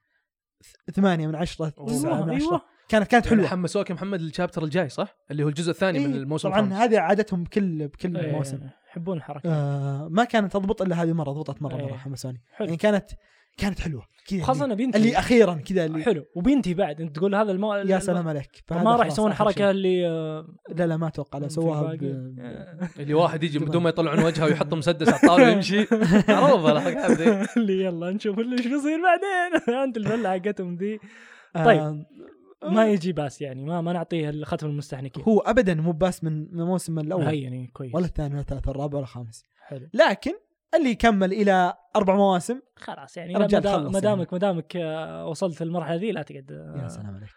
Speaker 6: ث- ثمانية من عشرة تسعة
Speaker 1: أيوة،
Speaker 6: من
Speaker 1: ايوه
Speaker 6: عشرة كانت كانت
Speaker 5: حلوه
Speaker 6: حلوة
Speaker 5: يعني حمسوك يا محمد للشابتر الجاي صح؟ اللي هو الجزء الثاني من
Speaker 6: إيه،
Speaker 5: الموسم
Speaker 6: طبعا
Speaker 5: الخامس.
Speaker 6: هذه عادتهم كل بكل
Speaker 1: إيه،
Speaker 6: موسم
Speaker 1: يحبون الحركه
Speaker 6: آه ما كانت تضبط الا هذه مرة ضبطت مرة
Speaker 1: إيه.
Speaker 6: مرة حمسوني
Speaker 1: حلو.
Speaker 6: يعني كانت كانت حلوة كذا
Speaker 1: خاصه
Speaker 6: اللي-
Speaker 1: انا بنتي
Speaker 6: اللي اخيرا كذا اللي
Speaker 1: حلو وبنتي بعد انت تقول هذا المو...
Speaker 6: يا سلام عليك فهذا
Speaker 1: ما راح
Speaker 6: خلاص
Speaker 1: يسوون
Speaker 6: آخر شيء.
Speaker 1: حركه اللي آه،
Speaker 6: لا لا ما اتوقع لا
Speaker 1: في
Speaker 6: سووها
Speaker 1: باقي.
Speaker 6: ب-
Speaker 5: اللي واحد يجي بدون ما يطلعون وجهه ويحط مسدس على الطاوله
Speaker 6: (laughs)
Speaker 5: ويمشي معروفه الحركه هذه
Speaker 1: (laughs) اللي يلا نشوف اللي ايش بيصير بعدين (laughs) انت الفله حقتهم ذي
Speaker 6: آه،
Speaker 1: طيب. ما يجي باس يعني ما ما نعطيه الختم المستحنكين
Speaker 6: هو ابدا مو باس من من الموسم الاول
Speaker 1: هي يعني كويس
Speaker 6: ولا الثاني ولا الثالث ولا الرابع ولا الخامس
Speaker 1: حلو
Speaker 6: لكن اللي كمل الى اربع مواسم
Speaker 1: خلاص يعني
Speaker 6: رجال
Speaker 1: مدام-
Speaker 6: خلص
Speaker 1: ما دامك ما دامك آه، وصلت المرحله ذي لا تقعد آه،
Speaker 6: يا سلام
Speaker 5: (laughs)
Speaker 6: عليك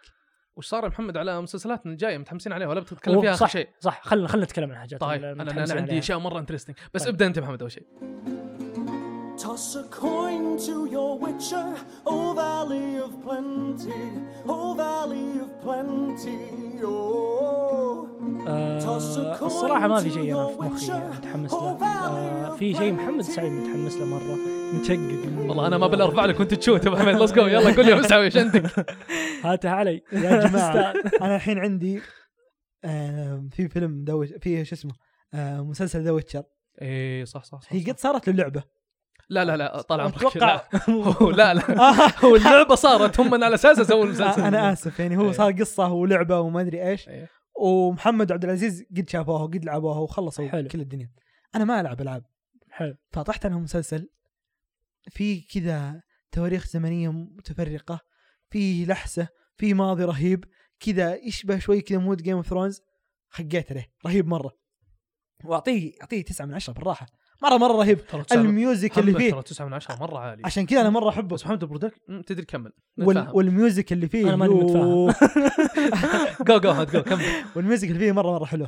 Speaker 5: وش صار يا محمد على مسلسلاتنا الجايه متحمسين عليها ولا بتتكلم فيها اخر
Speaker 1: صح
Speaker 5: شيء؟
Speaker 1: صح خلينا خلينا نتكلم عن حاجات
Speaker 5: طيب انا انا عندي اشياء مره انترستنج بس
Speaker 1: طيب.
Speaker 5: ابدا انت يا محمد اول شيء
Speaker 7: Toss a coin to your witcher, O Valley of Plenty, O Valley of Plenty, oh.
Speaker 1: آه الصراحه ما في شيء انا في مخي متحمس له آه في شيء محمد سعيد متحمس له مره متشقق
Speaker 5: والله انا ما بالارفع لك وانت تشوت يا محمد ليتس جو يلا قول لي مسعود ايش عندك؟
Speaker 1: هاتها علي
Speaker 6: يا جماعه انا الحين عندي آم، في فيلم دو في شو اسمه آم، مسلسل ذا ويتشر
Speaker 5: اي إيه، صح صح صح
Speaker 6: هي قد صارت له لعبه
Speaker 5: لا لا لا طال عمرك
Speaker 6: أتوقع- (laughs) آه.
Speaker 5: لا. (laughs) هو- لا لا هو اللعبه صارت هم على اساسها سووا المسلسل
Speaker 6: انا اسف يعني
Speaker 5: إيه.
Speaker 6: هو صار قصه ولعبه وما ادري ايش
Speaker 5: إيه.
Speaker 6: ومحمد وعبد العزيز قد شافوها وقد لعبوها وخلصوا
Speaker 1: حلو.
Speaker 6: كل الدنيا انا ما العب العاب
Speaker 1: حلو
Speaker 6: فطحت انا مسلسل في كذا تواريخ زمنيه متفرقه في لحسه في ماضي رهيب كذا يشبه شوي كذا مود جيم اوف ثرونز خقيت عليه رهيب مره واعطيه اعطيه تسعة من عشرة بالراحه مره مره رهيب
Speaker 5: ترى تسعة من-
Speaker 6: الميوزك اللي
Speaker 5: محمد
Speaker 6: فيه
Speaker 5: ترى 9 من 10 مره عالي
Speaker 6: عشان كذا انا مره احبه
Speaker 5: بس محمد برودك مم، تدري كمل
Speaker 6: وال والميوزك اللي فيه
Speaker 1: أنا ماني
Speaker 6: يوه.
Speaker 5: جو جو هات جو كمل
Speaker 6: والميوزك اللي فيه مره مره حلو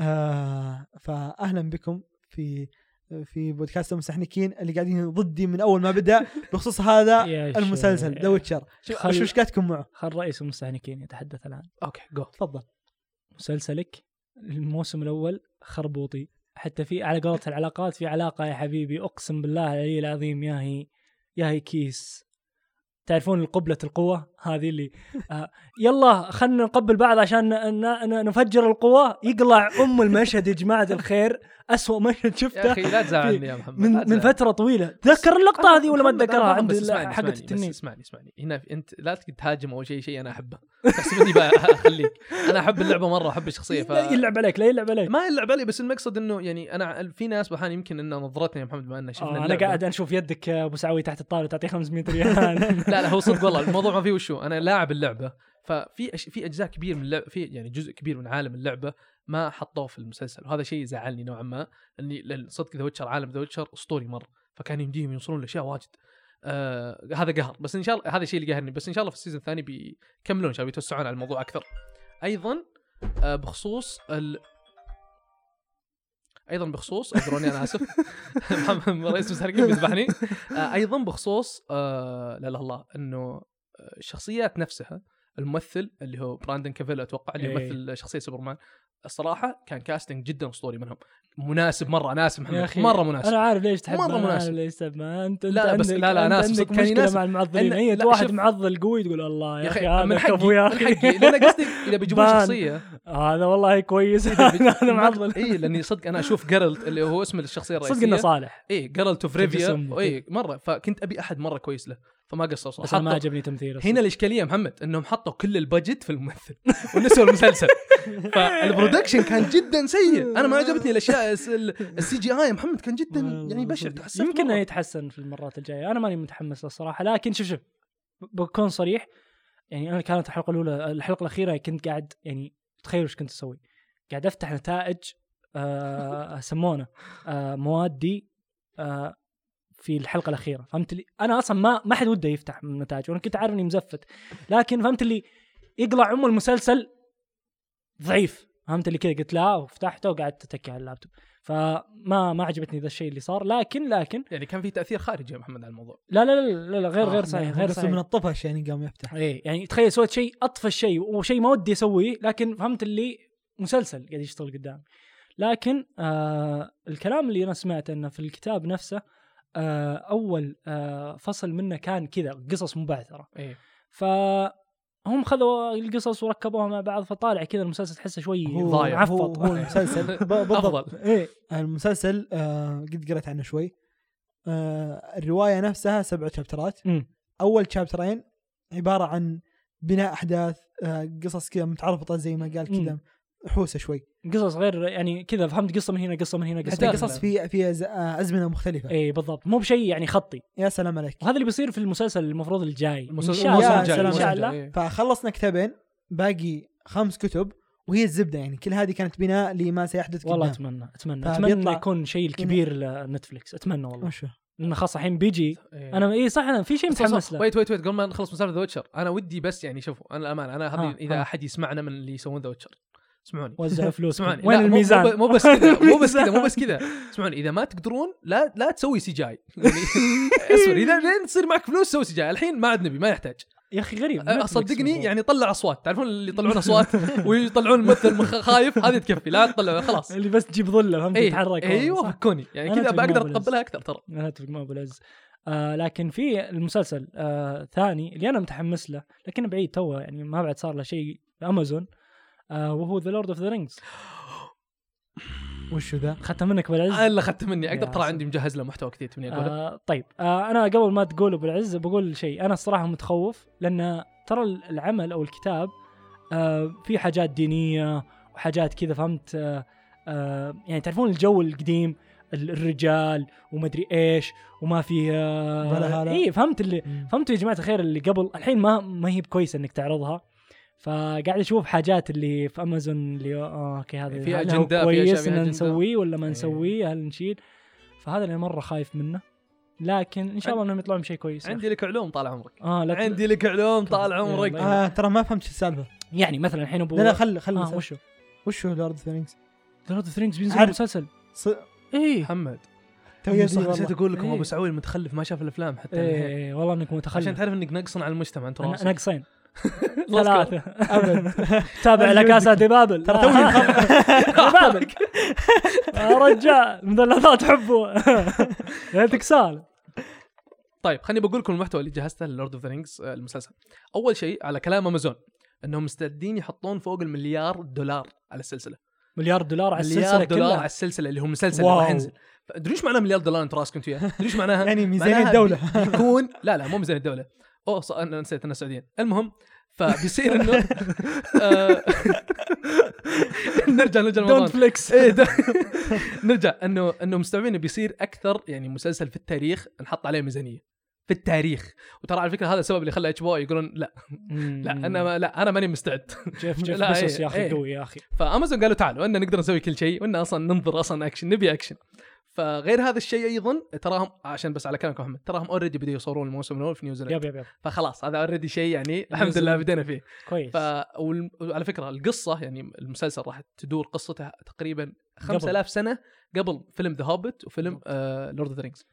Speaker 6: آه فاهلا بكم في في بودكاست المستحنكين اللي قاعدين ضدي من اول ما بدا بخصوص
Speaker 5: آه،
Speaker 1: (laughs)
Speaker 6: هذا
Speaker 1: يا شيخ.
Speaker 6: المسلسل ذا ويتشر
Speaker 1: خل-
Speaker 6: وش مشكلتكم معه؟
Speaker 1: خل رئيس المستهلكين يتحدث الان
Speaker 5: اوكي جو
Speaker 6: تفضل
Speaker 1: مسلسلك الموسم الاول خربوطي حتى في على قولة العلاقات في علاقة يا حبيبي اقسم بالله العلي العظيم يا هي يا هي كيس تعرفون قبلة القوة هذه اللي آه يلا خلنا نقبل بعض عشان ن- ن- ن- نفجر القوة يقلع ام المشهد يا جماعة الخير أسوأ مشهد
Speaker 5: يا
Speaker 1: شفته
Speaker 5: اخي لا تزعلني يا محمد
Speaker 1: من
Speaker 5: لا
Speaker 1: من
Speaker 5: تزعلني.
Speaker 1: فترة طويلة تذكر اللقطة هذه ولا ما تذكرها
Speaker 5: محمد،
Speaker 1: عند
Speaker 5: بس اسمعني،
Speaker 1: حقة
Speaker 5: اسمعني، بس
Speaker 1: التنين
Speaker 5: اسمعني اسمعني هنا في- انت لا تهاجم او شيء شيء انا
Speaker 1: (laughs)
Speaker 5: احبه بس مني بقى اخليك انا احب اللعبه مره احب الشخصيه ف
Speaker 1: لا يلعب عليك لا يلعب عليك
Speaker 5: ما يلعب علي بس المقصد انه يعني انا في ناس بحان يمكن ان نظرتنا يا محمد بما ان شفنا
Speaker 1: آه، انا
Speaker 5: اللعبة.
Speaker 1: قاعد اشوف يدك يا ابو سعوي تحت الطاوله تعطيه 500 ريال
Speaker 5: (laughs)
Speaker 1: (laughs)
Speaker 5: لا لا هو صدق والله الموضوع ما فيه وشو انا لاعب اللعبه ففي أش... في اجزاء كبير من اللعبه في يعني جزء كبير من عالم اللعبه ما حطوه في المسلسل وهذا شيء زعلني نوعا ما اني لأن صدق ذا ويتشر عالم ذا ويتشر اسطوري مره فكان يمديهم يوصلون لاشياء واجد آه هذا قهر بس ان شاء الله هذا الشيء اللي قهرني بس ان شاء الله في السيزون الثاني بيكملون ان شاء الله بيتوسعون على الموضوع اكثر ايضا آه بخصوص ال... ايضا بخصوص اعذروني انا اسف (laughs) محمد رئيس المسحرقين بيذبحني آه، ايضا بخصوص آه لا لا الله انه آه، الشخصيات نفسها الممثل اللي هو براندن كافيلا اتوقع اللي
Speaker 1: إيه.
Speaker 5: يمثل شخصيه سوبرمان الصراحه كان كاستنج جدا اسطوري منهم مناسب مره انا اسف
Speaker 1: يا
Speaker 5: محمد
Speaker 1: اخي
Speaker 5: مره مناسب
Speaker 1: انا عارف ليش تحب
Speaker 5: مرة
Speaker 1: أنا عارف
Speaker 5: مناسب.
Speaker 1: ليش تحب انت
Speaker 5: لا،
Speaker 1: أنت
Speaker 5: بس-
Speaker 1: عندك-
Speaker 5: لا، لا، أنا
Speaker 1: أنت
Speaker 5: آسف، صدق
Speaker 1: عندك
Speaker 5: كان
Speaker 1: مشكله
Speaker 5: يناسب.
Speaker 1: مع المعضلين
Speaker 5: أنا-
Speaker 1: اي
Speaker 5: لا،
Speaker 1: أنت واحد
Speaker 5: شوف.
Speaker 1: معضل قوي تقول الله يا اخي هذا
Speaker 5: من حقي
Speaker 1: كفو يا
Speaker 5: من
Speaker 1: اخي
Speaker 5: حقي لان قصدي اذا بيجيبون
Speaker 1: بان.
Speaker 5: شخصيه
Speaker 1: (laughs) هذا والله كويس (laughs) هذا معضل
Speaker 5: اي لاني صدق انا اشوف جيرلت اللي هو اسم الشخصيه الرئيسيه
Speaker 1: صدق انه صالح
Speaker 5: اي جيرلت اوف
Speaker 1: تبي
Speaker 5: ريفيا
Speaker 1: اسمه.
Speaker 5: اي مره إيه، فكنت ابي احد مره كويس له فما قصر
Speaker 1: بس أنا
Speaker 5: صراحه
Speaker 1: ما
Speaker 5: حطوا-
Speaker 1: عجبني تمثيله
Speaker 5: هنا الاشكاليه محمد انهم حطوا كل البادجت في الممثل (laughs) ونسوا المسلسل فالبرودكشن كان جدا سيء انا ما عجبتني الاشياء الس- ال- السي جي اي يا محمد كان جدا
Speaker 1: آه،
Speaker 5: يعني بشع تحسفت
Speaker 1: يمكن انه
Speaker 5: مرة.
Speaker 1: يتحسن في المرات الجايه انا ماني متحمس الصراحه لكن شوف شوف بكون صريح يعني انا كانت الحلقه الاولى الحلقه الاخيره كنت قاعد يعني تخيل ايش كنت اسوي قاعد افتح نتائج آه (laughs) سمونه آه موادي آه في الحلقه الاخيره فهمت لي انا اصلا ما ما حد وده يفتح من النتائج وانا كنت عارف اني مزفت لكن فهمت اللي يقلع ام المسلسل ضعيف فهمت اللي كذا قلت لا وفتحته وقعدت اتكي على اللابتوب فما ما عجبتني ذا الشيء اللي صار لكن لكن
Speaker 5: يعني كان في تاثير خارجي يا محمد على الموضوع
Speaker 1: لا لا لا, لا, لا غير غير
Speaker 6: آه،
Speaker 1: صحيح
Speaker 6: يعني
Speaker 1: غير
Speaker 6: قصده
Speaker 1: صحيح
Speaker 6: من الطفش يعني قام يفتح
Speaker 1: ايه يعني تخيل سويت شيء اطفش شيء وشيء ما ودي اسويه لكن فهمت اللي مسلسل قاعد يشتغل قدام لكن آه الكلام اللي انا سمعته انه في الكتاب نفسه آه اول آه فصل منه كان كذا قصص مبعثره
Speaker 5: ايه
Speaker 1: فهم خذوا القصص وركبوها مع بعض فطالع كذا المسلسل تحسه شوي
Speaker 6: هو
Speaker 5: ضايع.
Speaker 1: معفط إيه،
Speaker 6: هو,
Speaker 1: (laughs)
Speaker 5: (laughs)
Speaker 6: هو المسلسل ب- بالضبط
Speaker 5: افضل
Speaker 6: ايه المسلسل آه قد قرأت عنه شوي آه الروايه نفسها سبع شابترات
Speaker 1: مم.
Speaker 6: اول شابترين عباره عن بناء احداث آه قصص كذا متعرفطه زي ما قال كذا
Speaker 1: مم.
Speaker 6: حوسه شوي
Speaker 1: قصص غير يعني كذا فهمت قصه من هنا قصه من هنا قصه
Speaker 6: حتى
Speaker 1: من
Speaker 6: قصص
Speaker 1: هنا.
Speaker 6: في في أز- آه، ازمنه مختلفه
Speaker 1: اي بالضبط مو بشيء يعني خطي
Speaker 6: يا سلام عليك
Speaker 1: وهذا اللي بيصير في المسلسل المفروض الجاي إن
Speaker 5: المسلسل
Speaker 1: شاء
Speaker 5: الموسم
Speaker 1: الله.
Speaker 5: الجاي
Speaker 6: سلام.
Speaker 1: ان
Speaker 5: الموسم
Speaker 1: شاء
Speaker 5: الجاي،
Speaker 1: الله
Speaker 5: إيه.
Speaker 6: فخلصنا كتابين باقي خمس كتب وهي الزبده يعني كل هذه كانت بناء لما سيحدث
Speaker 1: والله
Speaker 6: قدام
Speaker 1: اتمنى اتمنى
Speaker 6: فبيطلع-
Speaker 1: اتمنى يكون شيء الكبير لنتفلكس اتمنى والله
Speaker 6: وشو
Speaker 1: انه خلاص الحين بيجي
Speaker 5: إيه.
Speaker 1: انا اي صح انا في شيء متحمس له
Speaker 5: ويت ويت ويت قبل ما نخلص مسلسل ذا ويتشر انا ودي بس يعني شوفوا انا الامانه انا
Speaker 1: ها،
Speaker 5: هذه اذا
Speaker 1: ها.
Speaker 5: احد يسمعنا من اللي يسوون ذا ويتشر اسمعوني (laughs)
Speaker 1: وزع فلوس
Speaker 5: اسمعوني
Speaker 1: وين
Speaker 5: لا، مو- مو
Speaker 1: الميزان
Speaker 5: ب- مو بس
Speaker 1: (laughs)
Speaker 5: كذا مو بس كذا
Speaker 1: الميزان.
Speaker 5: مو بس كذا اسمعوني اذا ما تقدرون لا لا تسوي سي جاي يعني اصبر اذا لين تصير معك فلوس سوي سي جاي الحين ما عاد نبي ما يحتاج
Speaker 1: يا اخي غريب
Speaker 5: أه، صدقني يعني طلع اصوات تعرفون اللي يطلعون
Speaker 1: (laughs)
Speaker 5: اصوات ويطلعون ممثل مخ- خايف هذه تكفي لا
Speaker 1: (laughs)
Speaker 5: تطلع خلاص
Speaker 1: اللي بس تجيب ظله فهمت
Speaker 5: أي-
Speaker 1: يتحرك
Speaker 5: ايوه
Speaker 1: صح.
Speaker 5: فكوني يعني
Speaker 1: أنا
Speaker 5: كذا
Speaker 1: أتفق مع
Speaker 5: بقدر
Speaker 1: أبو العز.
Speaker 5: اتقبلها اكثر ترى
Speaker 1: انا اتفق مع ابو العز آه لكن في المسلسل آه ثاني اللي انا متحمس له لكن بعيد توه يعني ما بعد صار له شيء امازون آه وهو ذا لورد اوف ذا رينجز
Speaker 6: وشو ذا؟
Speaker 1: اخذتها منك ابو العز
Speaker 5: انا اللي اخذته مني
Speaker 1: يا
Speaker 5: اقدر ترى
Speaker 1: عسل.
Speaker 5: عندي مجهز له محتوى كثير تبني اقوله
Speaker 1: آه طيب آه انا قبل ما تقول ابو العز بقول شيء انا الصراحه متخوف لان ترى العمل او الكتاب آه في حاجات دينيه وحاجات كذا فهمت آه آه يعني تعرفون الجو القديم ال- الرجال ومدري ايش وما في آه
Speaker 6: ولا هلا.
Speaker 1: اي فهمت اللي فهمتوا يا جماعه الخير اللي قبل الحين ما ما هي بكويسه انك تعرضها فقاعد اشوف حاجات اللي في امازون اللي آه اوكي هذا هل
Speaker 5: في
Speaker 1: هو
Speaker 5: أجندة، في أشياء
Speaker 1: كويس
Speaker 5: في
Speaker 1: ان
Speaker 5: أجندة.
Speaker 1: نسويه ولا ما
Speaker 5: إيه.
Speaker 1: نسويه هل نشيل فهذا اللي مره خايف منه لكن ان شاء الله انهم يطلعون بشيء كويس
Speaker 5: عندي لك علوم طال عمرك
Speaker 1: اه لا
Speaker 5: عندي لك علوم طال
Speaker 1: يلا،
Speaker 5: عمرك
Speaker 1: يلا.
Speaker 6: آه ترى ما فهمت شو السالفه
Speaker 1: يعني مثلا الحين ابو
Speaker 6: لا لا خل خل
Speaker 1: اه
Speaker 6: آه
Speaker 1: وشو
Speaker 6: وشو لورد اوف ذا رينجز؟
Speaker 1: ذا لورد اوف ذا رينجز بينزل
Speaker 6: عارف.
Speaker 1: مسلسل
Speaker 6: ص-
Speaker 1: ايه
Speaker 5: محمد
Speaker 6: تو يدري
Speaker 5: صح نسيت
Speaker 6: والله.
Speaker 5: اقول لكم
Speaker 1: إيه.
Speaker 5: ابو سعود المتخلف ما شاف الافلام حتى الحين.
Speaker 1: اي إيه، والله انك
Speaker 5: عشان
Speaker 1: متخلف
Speaker 5: تعرف انك نقصن على المجتمع انت
Speaker 1: ن-
Speaker 5: راسك. (laughs)
Speaker 1: ناقصين
Speaker 5: خلاص كده. (laughs)
Speaker 1: ثلاثة
Speaker 6: ابد
Speaker 1: (laughs) تابع
Speaker 6: أنا
Speaker 1: لكاسة دي بابل
Speaker 6: ترى
Speaker 1: (laughs)
Speaker 6: توني مخ-
Speaker 1: بابل يا رجال مثلثات حبه يعطيك سالم
Speaker 5: (laughs) طيب خليني بقول لكم المحتوى اللي جهزته للورد اوف ذا رينجز آه، المسلسل اول شيء على كلام امازون انهم مستعدين يحطون فوق المليار دولار على السلسله
Speaker 1: مليار دولار على
Speaker 5: مليار
Speaker 1: السلسلة
Speaker 5: دولار على
Speaker 1: كلها
Speaker 5: السلسله اللي هو المسلسل اللي
Speaker 1: واو.
Speaker 5: راح ينزل تدري ايش معنى مليار دولار انت راسك انت وياه تدري ايش (laughs) معناها
Speaker 6: يعني ميزانية
Speaker 5: معناها
Speaker 6: الدولة.
Speaker 5: بي- (laughs) بيكون لا لا مو ميزانيه الدوله اوه ص... انا نسيت انا سعوديين المهم فبيصير انه (laughs) آه، (laughs) نرجع نرجع لموضوعنا.
Speaker 1: دونت فليكس (laughs)
Speaker 5: (laughs) إيه ده- نرجع انه انه مستوعبين انه بيصير اكثر يعني مسلسل في التاريخ نحط عليه ميزانيه في التاريخ وترى على فكره هذا السبب اللي خلى اتش بي يقولون لا لا انا ما لا انا ماني مستعد (laughs)
Speaker 1: جيف جيف
Speaker 5: لا، إيه،
Speaker 1: بسوس يا اخي
Speaker 5: إيه.
Speaker 1: قوي يا اخي
Speaker 5: فامازون قالوا تعالوا ان نقدر نسوي كل شيء وان اصلا ننظر اصلا اكشن نبي اكشن فغير هذا الشيء ايضا تراهم عشان بس على كلامك يا محمد تراهم اوريدي بدأوا يصورون الموسم الاول في نيوزيلندا
Speaker 1: يب يب يب
Speaker 5: فخلاص هذا اوريدي شيء يعني الحمد لله بدينا فيه
Speaker 1: كويس
Speaker 5: ف وال- وعلى فكره القصه يعني المسلسل راح تدور قصته تقريبا 5000 سنه قبل فيلم ذا هوبت وفيلم آه، لورد اوف ذا رينجز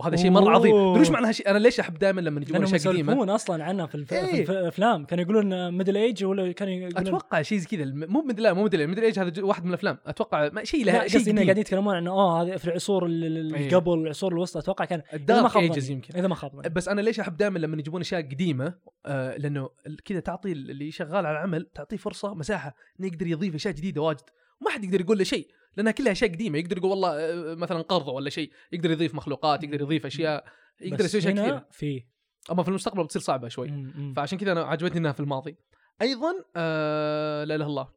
Speaker 5: وهذا شيء مره
Speaker 1: أوه.
Speaker 5: عظيم تدري ايش معنى هالشيء انا ليش احب دائما لما يجيبون
Speaker 1: لانهم
Speaker 5: اشياء قديمه
Speaker 1: يسولفون اصلا عنها في الف-
Speaker 5: إيه.
Speaker 1: في الافلام كانوا يقولون ميدل ايج ولا كانوا يقولون
Speaker 5: اتوقع شيء زي كذا الم- مو ميدل مو ميدل ميدل ايج هذا جو- واحد من الافلام اتوقع ما شيء
Speaker 1: لا
Speaker 5: له شيء
Speaker 1: قصدي انه
Speaker 5: قديم
Speaker 1: قاعدين يتكلمون عن اوه هذا في العصور ال- ال-
Speaker 5: إيه.
Speaker 1: اللي قبل العصور الوسطى اتوقع كان اذا ما
Speaker 5: الدارك
Speaker 1: خاب
Speaker 5: ايجز
Speaker 1: ظني.
Speaker 5: يمكن
Speaker 1: اذا ما خاب ظني.
Speaker 5: بس انا ليش احب دائما لما يجيبون اشياء قديمه آه لانه ال- كذا تعطي ال- اللي شغال على العمل تعطيه فرصه مساحه انه يقدر يضيف اشياء جديده واجد ما حد يقدر يقول له شيء لانها كلها اشياء قديمه يقدر يقول والله آه، مثلا قرضه ولا شيء يقدر يضيف مخلوقات يقدر يضيف اشياء يقدر
Speaker 1: بس
Speaker 5: يسوي اشياء
Speaker 1: هنا
Speaker 5: كثيره
Speaker 1: في
Speaker 5: اما في المستقبل بتصير صعبه شوي
Speaker 1: مم.
Speaker 5: فعشان كذا انا عجبتني انها في الماضي ايضا آه لا اله الا الله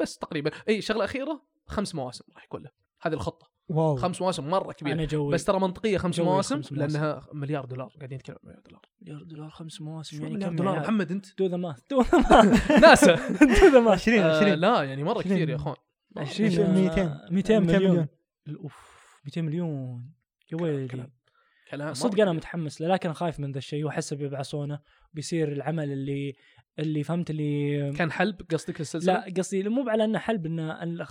Speaker 5: بس تقريبا اي شغله اخيره خمس مواسم راح يكون له هذه الخطه
Speaker 6: واو
Speaker 5: خمس مواسم مره كبيره
Speaker 1: انا جوي
Speaker 5: بس ترى منطقيه خمس
Speaker 1: جوي
Speaker 5: مواسم
Speaker 1: خمس مواسم.
Speaker 5: لانها مليار دولار قاعدين نتكلم عن مليار دولار
Speaker 1: مليار دولار خمس مواسم
Speaker 5: يعني كم دولار محمد انت
Speaker 1: دو ذا ماث دو ذا ماث
Speaker 5: (laughs) ناسا
Speaker 1: دو ذا ماث
Speaker 6: 20
Speaker 5: آه
Speaker 6: 20
Speaker 5: لا يعني مره
Speaker 6: عشرين.
Speaker 5: كثير يا اخوان
Speaker 6: 20 200
Speaker 1: 200 آه، مليون
Speaker 6: مليون.
Speaker 1: اوف 200 مليون يا ويلي
Speaker 5: كلام. كلام مرة
Speaker 1: صدق انا
Speaker 5: كبير.
Speaker 1: متحمس له لكن خايف من ذا الشيء واحسه بيبعصونه بيصير العمل اللي اللي فهمت اللي
Speaker 5: كان حلب قصدك السلسله
Speaker 1: لا قصدي مو على انه حلب ان ال- ال-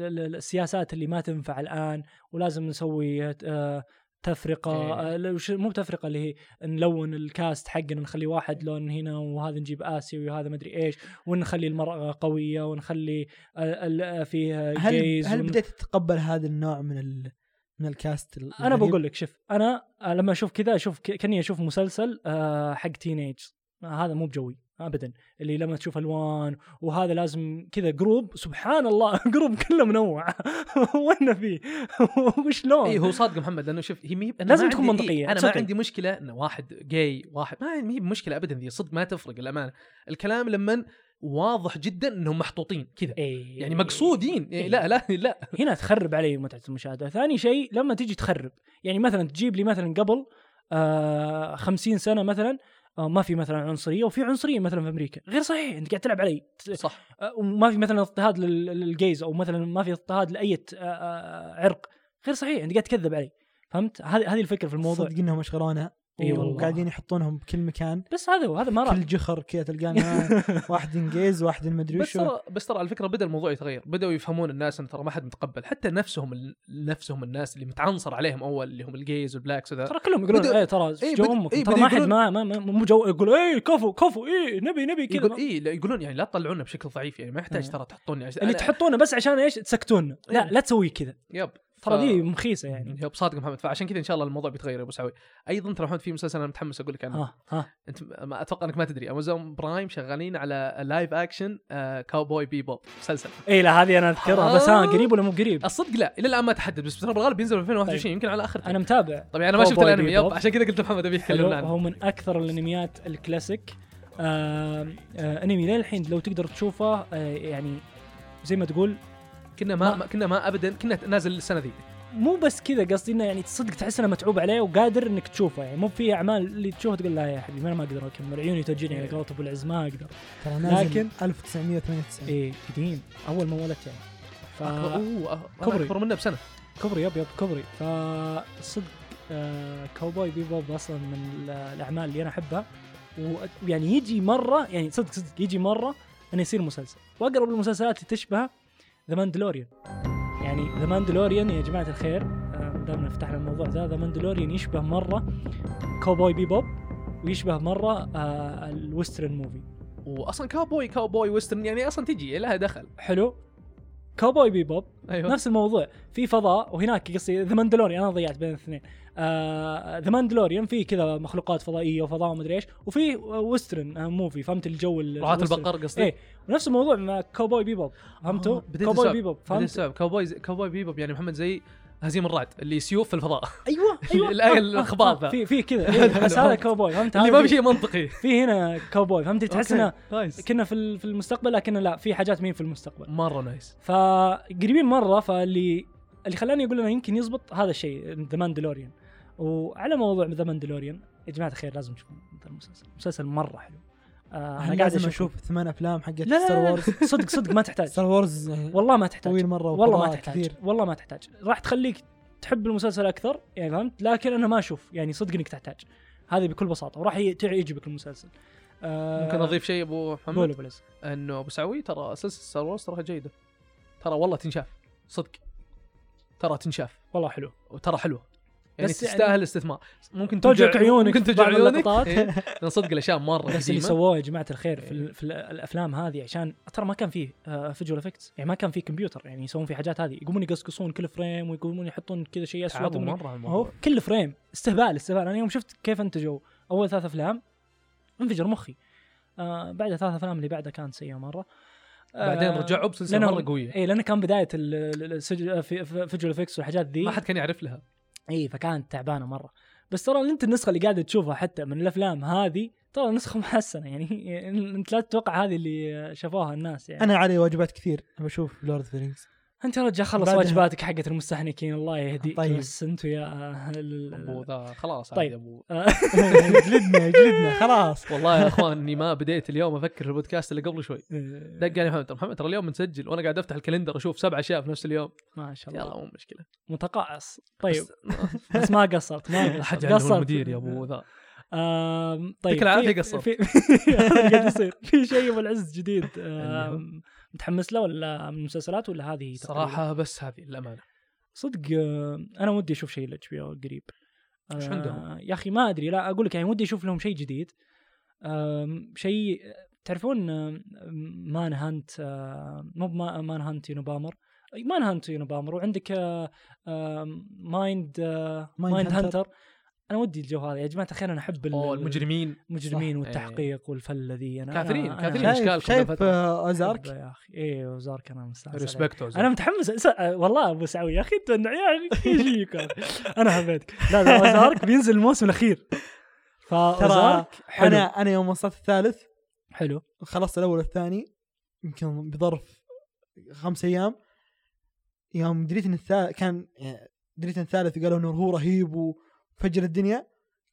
Speaker 1: ال- السياسات اللي ما تنفع الان ولازم نسوي آه، تفرقه
Speaker 5: إيه.
Speaker 1: آه، لو ش- مو تفرقه اللي هي نلون الكاست حقنا نخلي واحد لون هنا وهذا نجيب اسيوي وهذا مدري ايش ونخلي المراه قويه ونخلي ال- ال- فيه
Speaker 6: هل
Speaker 1: جيز
Speaker 6: هل
Speaker 1: ون-
Speaker 6: بديت تتقبل هذا النوع من ال... من الكاست ال- يعني
Speaker 1: انا
Speaker 6: الغريب؟
Speaker 1: بقول لك شوف انا لما اشوف كذا اشوف ك- كاني اشوف مسلسل آه، حق تينيج هذا مو بجوي ابدا اللي لما تشوف الوان وهذا لازم كذا جروب سبحان الله (laughs) جروب كله منوع (laughs) وين فيه (laughs) وشلون
Speaker 5: اي إيه، هو صادق محمد لانه شوف هي ميب أنا
Speaker 1: لازم
Speaker 5: ما
Speaker 1: تكون
Speaker 5: عندي-
Speaker 1: منطقية،
Speaker 5: إيه انا
Speaker 1: it's
Speaker 5: ما
Speaker 1: okay.
Speaker 5: عندي مشكله انه واحد جاي واحد ما عندي- ما هي مشكله ابدا ذي صدق ما تفرق الامانه الكلام لما واضح جدا انهم محطوطين كذا
Speaker 1: إيه.
Speaker 5: يعني مقصودين يعني لا لا لا
Speaker 1: هنا تخرب علي متعه المشاهده ثاني شيء لما تجي تخرب يعني مثلا تجيب لي مثلا قبل آه خمسين سنه مثلا آه، ما في مثلا عنصريه وفي عنصريه مثلا في امريكا غير صحيح انت قاعد تلعب علي
Speaker 5: صح
Speaker 1: آه، وما في مثلا اضطهاد لل- للجيز او مثلا ما في اضطهاد لاي آه، آه، عرق غير صحيح انت قاعد تكذب علي فهمت هذه هذه الفكره في الموضوع
Speaker 6: صدق انهم اشغلونا
Speaker 1: إي والله.
Speaker 6: وقاعدين يحطونهم بكل مكان
Speaker 1: بس هذا هو هذا ما راح
Speaker 6: كل جخر كذا تلقان
Speaker 1: (laughs)
Speaker 6: واحد انجيز واحد المدري
Speaker 5: بس
Speaker 6: شو
Speaker 5: ترى بس ترى على فكره بدا الموضوع يتغير بداوا يفهمون الناس ان ترى ما حد متقبل حتى نفسهم ال- نفسهم الناس اللي متعنصر عليهم اول اللي هم الجيز والبلاكس وذا
Speaker 1: ترى كلهم يقولون
Speaker 5: بدأ-
Speaker 1: ايه ترى
Speaker 5: إيه،
Speaker 1: جو
Speaker 5: بدأ-
Speaker 1: امك
Speaker 5: إيه،
Speaker 1: ترى
Speaker 5: بدأ
Speaker 1: ما حد
Speaker 5: يقولون-
Speaker 1: ما ما- ما- مو جو يقول ايه كفو كفو ايه نبي نبي كذا
Speaker 5: يقول اي لا يقولون يعني لا تطلعونا بشكل ضعيف يعني ما يحتاج ترى تحطوني عش...
Speaker 1: اللي
Speaker 5: أنا-
Speaker 1: تحطونه بس عشان ايش تسكتونا لا
Speaker 5: إيه.
Speaker 1: لا تسوي كذا
Speaker 5: يب
Speaker 1: ترى
Speaker 5: ف-
Speaker 1: دي مخيسه يعني
Speaker 5: يب صادق محمد فعشان كذا ان شاء الله الموضوع بيتغير يا ابو سعوي ايضا ترى محمد في مسلسل انا متحمس اقول لك عنه
Speaker 1: ها ها
Speaker 5: انت ما اتوقع انك ما تدري امازون برايم شغالين على لايف اكشن آه كاوبوي بيبوب مسلسل
Speaker 1: اي إيه، لا هذه انا اذكرها بس ها
Speaker 5: آه.
Speaker 1: قريب ولا مو قريب
Speaker 5: الصدق لا الى الان ما تحدد بس ترى بالغالب بينزل 2021
Speaker 1: طيب.
Speaker 5: يمكن على اخر
Speaker 1: انا متابع
Speaker 5: طبعا انا ما شفت
Speaker 1: كاوبوي
Speaker 5: الانمي يب
Speaker 1: بيبوب.
Speaker 5: عشان كذا قلت محمد ابي
Speaker 1: حلو
Speaker 5: يتكلم عنه
Speaker 1: هو من اكثر الانميات الكلاسيك آه آه انمي للحين لو تقدر تشوفه آه يعني زي ما تقول
Speaker 5: كنا ما,
Speaker 1: ما-
Speaker 5: ما كنا ما ابدا كنا نازل السنه ذي
Speaker 1: مو بس كذا قصدي انه يعني صدق تحس انه متعوب عليه وقادر انك تشوفه يعني مو في اعمال اللي تشوفها تقول لا يا حبيبي انا ما اقدر اكمل عيوني توجعني على قولة ابو العز ما اقدر
Speaker 6: ترى نازل
Speaker 1: لكن-
Speaker 6: 1998
Speaker 1: ايه قديم اول ما ولدت يعني ف
Speaker 5: أكبر- اوه أه، أنا
Speaker 1: كبري.
Speaker 5: اكبر منه بسنه
Speaker 1: كبري يب يب كبري فصدق آه كاوبوي بيبوب اصلا من ال- الاعمال اللي انا احبها ويعني يجي مره يعني صدق صدق يجي مره انه يصير مسلسل واقرب المسلسلات اللي تشبه ذا ماندلوريان يعني ذا ماندلوريان يا جماعه الخير آه دامنا فتحنا الموضوع ذا ذا ماندلوريان يشبه مره كوبوي بيبوب ويشبه مره آه الويسترن موفي
Speaker 5: واصلا كاوبوي كاوبوي ويسترن يعني اصلا تجي لها دخل
Speaker 1: حلو كوبوي بيبوب
Speaker 5: ايوه
Speaker 1: نفس الموضوع في فضاء وهناك قصدي ذا ماندلوريان انا ضيعت بين الاثنين ذا ماندلوريان في كذا مخلوقات فضائيه وفضاء ومدري ايش وفي ويسترن آه، موفي فهمت الجو ال-
Speaker 5: رعاة
Speaker 1: الويسترن.
Speaker 5: البقر قصدي
Speaker 1: ايه ونفس الموضوع مع كوبوي بيبوب فهمتوا؟
Speaker 5: آه، بديت
Speaker 1: كوبوي
Speaker 5: أستوعب.
Speaker 1: بيبوب
Speaker 5: فهمت
Speaker 1: فهمت؟
Speaker 5: السبب كاوبوي كاوبوي بيبوب يعني محمد زي هزيم الرعد اللي سيوف في الفضاء (laughs)
Speaker 1: ايوه ايوه
Speaker 5: الآية
Speaker 1: آه، آه،
Speaker 5: الخبار
Speaker 1: آه،
Speaker 5: ذا.
Speaker 1: في في كذا
Speaker 5: (laughs)
Speaker 1: إيه، بس هذا كوبوي فهمت؟
Speaker 5: اللي
Speaker 1: هذا
Speaker 5: ما
Speaker 1: في-
Speaker 5: في شيء منطقي
Speaker 1: في هنا كوبوي فهمت تحس انه
Speaker 5: أوكي، نايس
Speaker 1: كنا في ال- في المستقبل لكن لا في حاجات مين في المستقبل
Speaker 5: مره نايس
Speaker 1: فقريبين مره فاللي اللي خلاني اقول انه يمكن يزبط هذا الشيء ذا ماندلوريان وعلى موضوع ذا ماندلوريان يا جماعه الخير لازم تشوفون ذا المسلسل مسلسل مره حلو آه انا قاعد
Speaker 6: لازم
Speaker 1: اشوف
Speaker 6: اشوف ثمان افلام حقت
Speaker 1: لا لا,
Speaker 6: ستار
Speaker 1: لا, لا
Speaker 6: وورز
Speaker 1: صدق صدق ما تحتاج
Speaker 6: ستار وورز آه،
Speaker 1: والله ما تحتاج
Speaker 6: طويل مره
Speaker 1: والله ما
Speaker 6: وفضاء
Speaker 1: تحتاج والله ما تحتاج راح تخليك تحب المسلسل اكثر يعني فهمت لكن انا ما اشوف يعني صدق انك تحتاج هذه بكل بساطه وراح ي- تع- يعجبك المسلسل آه
Speaker 5: ممكن اضيف شيء ابو
Speaker 1: قول
Speaker 5: محمد
Speaker 1: ابو العز.
Speaker 5: انه ابو سعوي ترى سلسله ستار وورز تراها جيده ترى والله تنشاف صدق ترى تنشاف
Speaker 1: والله حلو
Speaker 5: وترى حلوه يعني
Speaker 1: بس يعني-
Speaker 5: تستاهل الاستثمار ممكن
Speaker 1: توجعك عيونك
Speaker 5: ممكن
Speaker 1: في
Speaker 5: توجع
Speaker 1: بعض
Speaker 5: عيونك
Speaker 1: اللقطات.
Speaker 5: إيه، لان صدق الاشياء مره
Speaker 1: بس اللي
Speaker 5: قديمه
Speaker 1: سووه يا جماعه الخير في,
Speaker 5: إيه.
Speaker 1: ال- في ال- الافلام هذه عشان ترى ما كان فيه فيجوال افكتس يعني ما كان فيه كمبيوتر يعني يسوون في حاجات هذه يقومون يقصقصون كل فريم ويقومون يحطون كذا شيء اسود
Speaker 5: تعبوا
Speaker 1: ومن-
Speaker 5: مره على
Speaker 1: هو
Speaker 5: الموضوع
Speaker 1: كل فريم استهبال استهبال انا يوم شفت كيف انتجوا اول ثلاث افلام انفجر مخي آه بعد ثلاث افلام اللي بعدها كانت سيئه مره آه إيه.
Speaker 5: بعدين رجعوا بسلسله
Speaker 1: لأنهم-
Speaker 5: مره قويه
Speaker 1: اي لانه كان بدايه فيجوال افكس والحاجات ذي
Speaker 5: ما حد كان يعرف لها
Speaker 1: اي فكانت تعبانه مره بس ترى انت النسخه اللي قاعده تشوفها حتى من الافلام هذه ترى (laughs) نسخه محسنه يعني انت لا تتوقع هذه اللي شافوها الناس يعني
Speaker 6: انا علي واجبات كثير بشوف لورد اوف ذا رينجز
Speaker 1: (laughs)
Speaker 6: (laughs)
Speaker 1: انت يا رجال خلص
Speaker 6: بعدها-
Speaker 1: واجباتك حقت المستهلكين الله يهديك
Speaker 6: طيب.
Speaker 1: بس انت يا ال-
Speaker 5: ابو ذا خلاص
Speaker 1: طيب.
Speaker 5: عادي ابو
Speaker 6: جلدنا جلدنا خلاص
Speaker 5: والله يا اخوان اني ما بديت اليوم افكر في البودكاست اللي قبل شوي
Speaker 1: آه،
Speaker 5: دق علي محمد ترى محمد ترى اليوم بنسجل وانا قاعد افتح الكالندر اشوف سبع اشياء في نفس اليوم
Speaker 1: ما شاء الله
Speaker 5: يلا مو
Speaker 1: (laughs)
Speaker 5: مشكله
Speaker 1: متقاعس طيب (laughs) بس ما قصرت ما
Speaker 5: حد
Speaker 1: قصرت
Speaker 5: عنه
Speaker 1: قصرت
Speaker 5: المدير يا ابو ذا
Speaker 1: آم، طيب
Speaker 5: يعطيك العافية
Speaker 1: في-
Speaker 5: قصرت.
Speaker 1: في (laughs) هذا قاعد
Speaker 5: (laughs)
Speaker 1: يصير في شيء ابو العز جديد آم،
Speaker 5: أيوه.
Speaker 1: متحمس له ولا من المسلسلات ولا هذه تقريباً؟
Speaker 5: صراحه بس هذه الامانه
Speaker 1: صدق آه، انا ودي اشوف شيء الاتش بي او قريب
Speaker 5: وش
Speaker 1: آه،
Speaker 5: عندهم؟
Speaker 1: يا اخي ما ادري لا اقول لك يعني ودي اشوف لهم شيء جديد آم، شيء تعرفون آم، مان هانت آم، مو بما- مان هانت يونوبامر أي مان هانت يونوبامر وعندك آه، آم، مايند آه،
Speaker 6: مايند
Speaker 1: مايند
Speaker 6: هانتر.
Speaker 1: هانتر انا ودي الجو هذا يا جماعه الخير انا احب ال-
Speaker 5: اوه المجرمين
Speaker 1: المجرمين
Speaker 5: صح. إيه.
Speaker 1: والتحقيق والفله ذي انا
Speaker 5: كافرين-
Speaker 1: أنا-
Speaker 5: كافرين.
Speaker 1: أنا
Speaker 6: شايف
Speaker 5: إشكالكم
Speaker 6: شايف
Speaker 5: بالفترة.
Speaker 6: آه،
Speaker 1: أحبه
Speaker 6: ازارك
Speaker 1: يا اخي ايه وزارك انا مستانس عليه.
Speaker 5: ريسبكت
Speaker 1: انا متحمس أس... أه، والله ابو سعوي يا اخي انت النوع- يا اخي ايش فيك هذا؟ انا حبيتك لا (laughs) لا
Speaker 6: (laughs)
Speaker 1: اوزارك بينزل الموسم الاخير
Speaker 6: ترى
Speaker 1: فاوزارك حلو
Speaker 6: انا انا يوم وصلت الثالث
Speaker 1: حلو
Speaker 6: خلصت الاول والثاني يمكن بظرف خمس ايام يوم دريت ان الثالث كان يعني دريت ان الثالث وقالوا انه هو رهيب وفجر الدنيا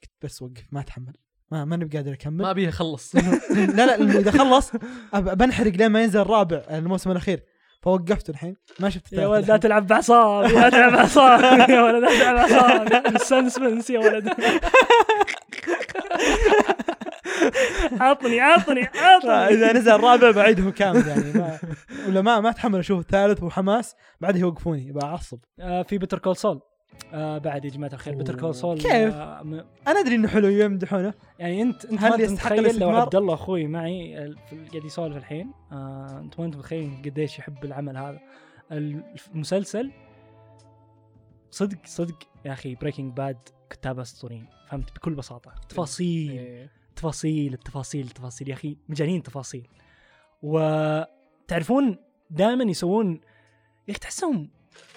Speaker 6: قلت بس وقف ما اتحمل ما ماني بقادر اكمل
Speaker 5: ما ابيه
Speaker 1: (laughs)
Speaker 5: اخلص
Speaker 6: (laughs)
Speaker 1: إيه.
Speaker 6: لا لا لأنه اذا خلص أب- بنحرق لين ما ينزل الرابع الموسم الاخير فوقفته الحين ما شفت
Speaker 1: يا ولد
Speaker 6: الثالث
Speaker 1: لا
Speaker 6: (laughs) الحين.
Speaker 1: تلعب بعصاب لا تلعب بعصاب يا ولد لا تلعب (laughs) بعصاب سسبنس يا (laughs) ولد عطني عطني عطني
Speaker 6: اذا
Speaker 1: (laughs)
Speaker 6: نزل الرابع بعيده كامل يعني ما (laughs) ولا ما ما اتحمل اشوف الثالث وحماس بعدها يوقفوني بعصب
Speaker 1: آه، في بتر كول سول آه، بعد يا جماعه الخير بتر كول سول
Speaker 6: كيف؟
Speaker 1: آه،
Speaker 6: انا ادري انه حلو يمدحونه
Speaker 1: يعني انت انت
Speaker 6: هل
Speaker 1: ما انت
Speaker 6: يستحق
Speaker 1: متخيل لو
Speaker 6: الاستثمار؟
Speaker 1: عبد الله اخوي معي ال- في- قاعد يسولف الحين آه انت ما انت متخيل قديش يحب العمل هذا المسلسل صدق صدق يا اخي بريكنج باد كتابه اسطوريين فهمت بكل بساطه تفاصيل
Speaker 5: (laughs) إيه.
Speaker 1: تفاصيل التفاصيل التفاصيل يا اخي مجانين تفاصيل وتعرفون دائما يسوون يا اخي تحسهم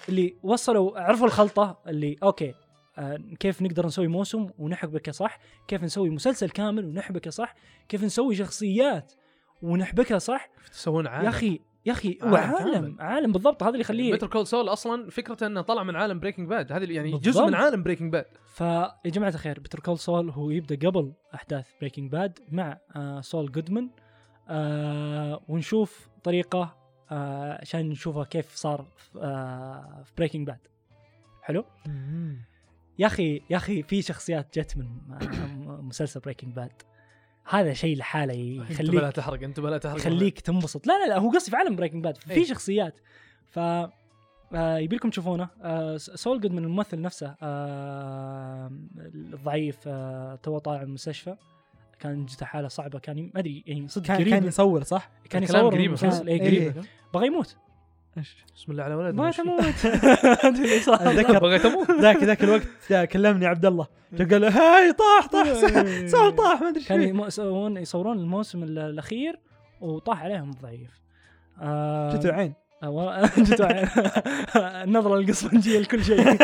Speaker 1: اللي وصلوا عرفوا الخلطه اللي اوكي آه، كيف نقدر نسوي موسم ونحبكه صح كيف نسوي مسلسل كامل ونحبكه صح كيف نسوي شخصيات ونحبكها صح
Speaker 5: تسوون عالم
Speaker 1: يا اخي يا اخي
Speaker 5: عالم
Speaker 1: وعالم
Speaker 5: كامل. يعني
Speaker 1: عالم بالضبط هذا اللي يخليه
Speaker 5: بيتر كول سول اصلا فكرته انه طلع من عالم بريكنج باد هذا اللي- يعني
Speaker 1: بالضبط.
Speaker 5: جزء من عالم بريكنج باد
Speaker 1: فيا جماعه الخير بتر كول سول هو يبدا قبل احداث بريكنج باد مع آه سول جودمان آه ونشوف طريقه آه عشان نشوفها كيف صار في, آه في بريكنج باد حلو يا اخي يا اخي في شخصيات جت من آه، م- مسلسل بريكنج باد هذا شيء لحاله
Speaker 5: انتبه لا
Speaker 1: يخليك
Speaker 5: تحرق انتبه لا تحرق
Speaker 1: يخليك تنبسط لا لا لا هو قصدي في عالم بريكنج باد في
Speaker 5: إيه.
Speaker 1: شخصيات ف آه يبي لكم تشوفونه آه سول جودمان الممثل نفسه آه الضعيف آه تو طالع من المستشفى كان جته حاله صعبه كان ي- ما ادري يعني صدق
Speaker 6: كان
Speaker 1: قريب
Speaker 6: كان يصور صح؟
Speaker 1: كان
Speaker 5: كلام
Speaker 1: يصور
Speaker 5: قريب
Speaker 1: المسلسل
Speaker 6: أصلاً.
Speaker 1: إيه قريب
Speaker 6: إيه.
Speaker 1: بغى يموت
Speaker 6: إيش؟
Speaker 5: بسم الله على ولد
Speaker 1: ما
Speaker 5: وش فيه؟
Speaker 1: تموت (laughs) أدري إيش صار. (laughs)
Speaker 6: أتذكر.
Speaker 5: بغيت اموت
Speaker 6: ذاك ذاك الوقت آه، كلمني عبد الله قال له هاي طاح
Speaker 1: (laughs)
Speaker 6: طاح
Speaker 1: أيوة،
Speaker 6: سول طاح ما ادري ايش
Speaker 1: كانوا
Speaker 6: فيه.
Speaker 1: يمو- يسوون يصورون الموسم ال- الاخير وطاح عليهم الضعيف آه (laughs)
Speaker 6: جت العين (laughs)
Speaker 1: آه، ورا- جتوا عين. (laughs) النظره القصنجيه لكل
Speaker 5: (laughs)
Speaker 1: شيء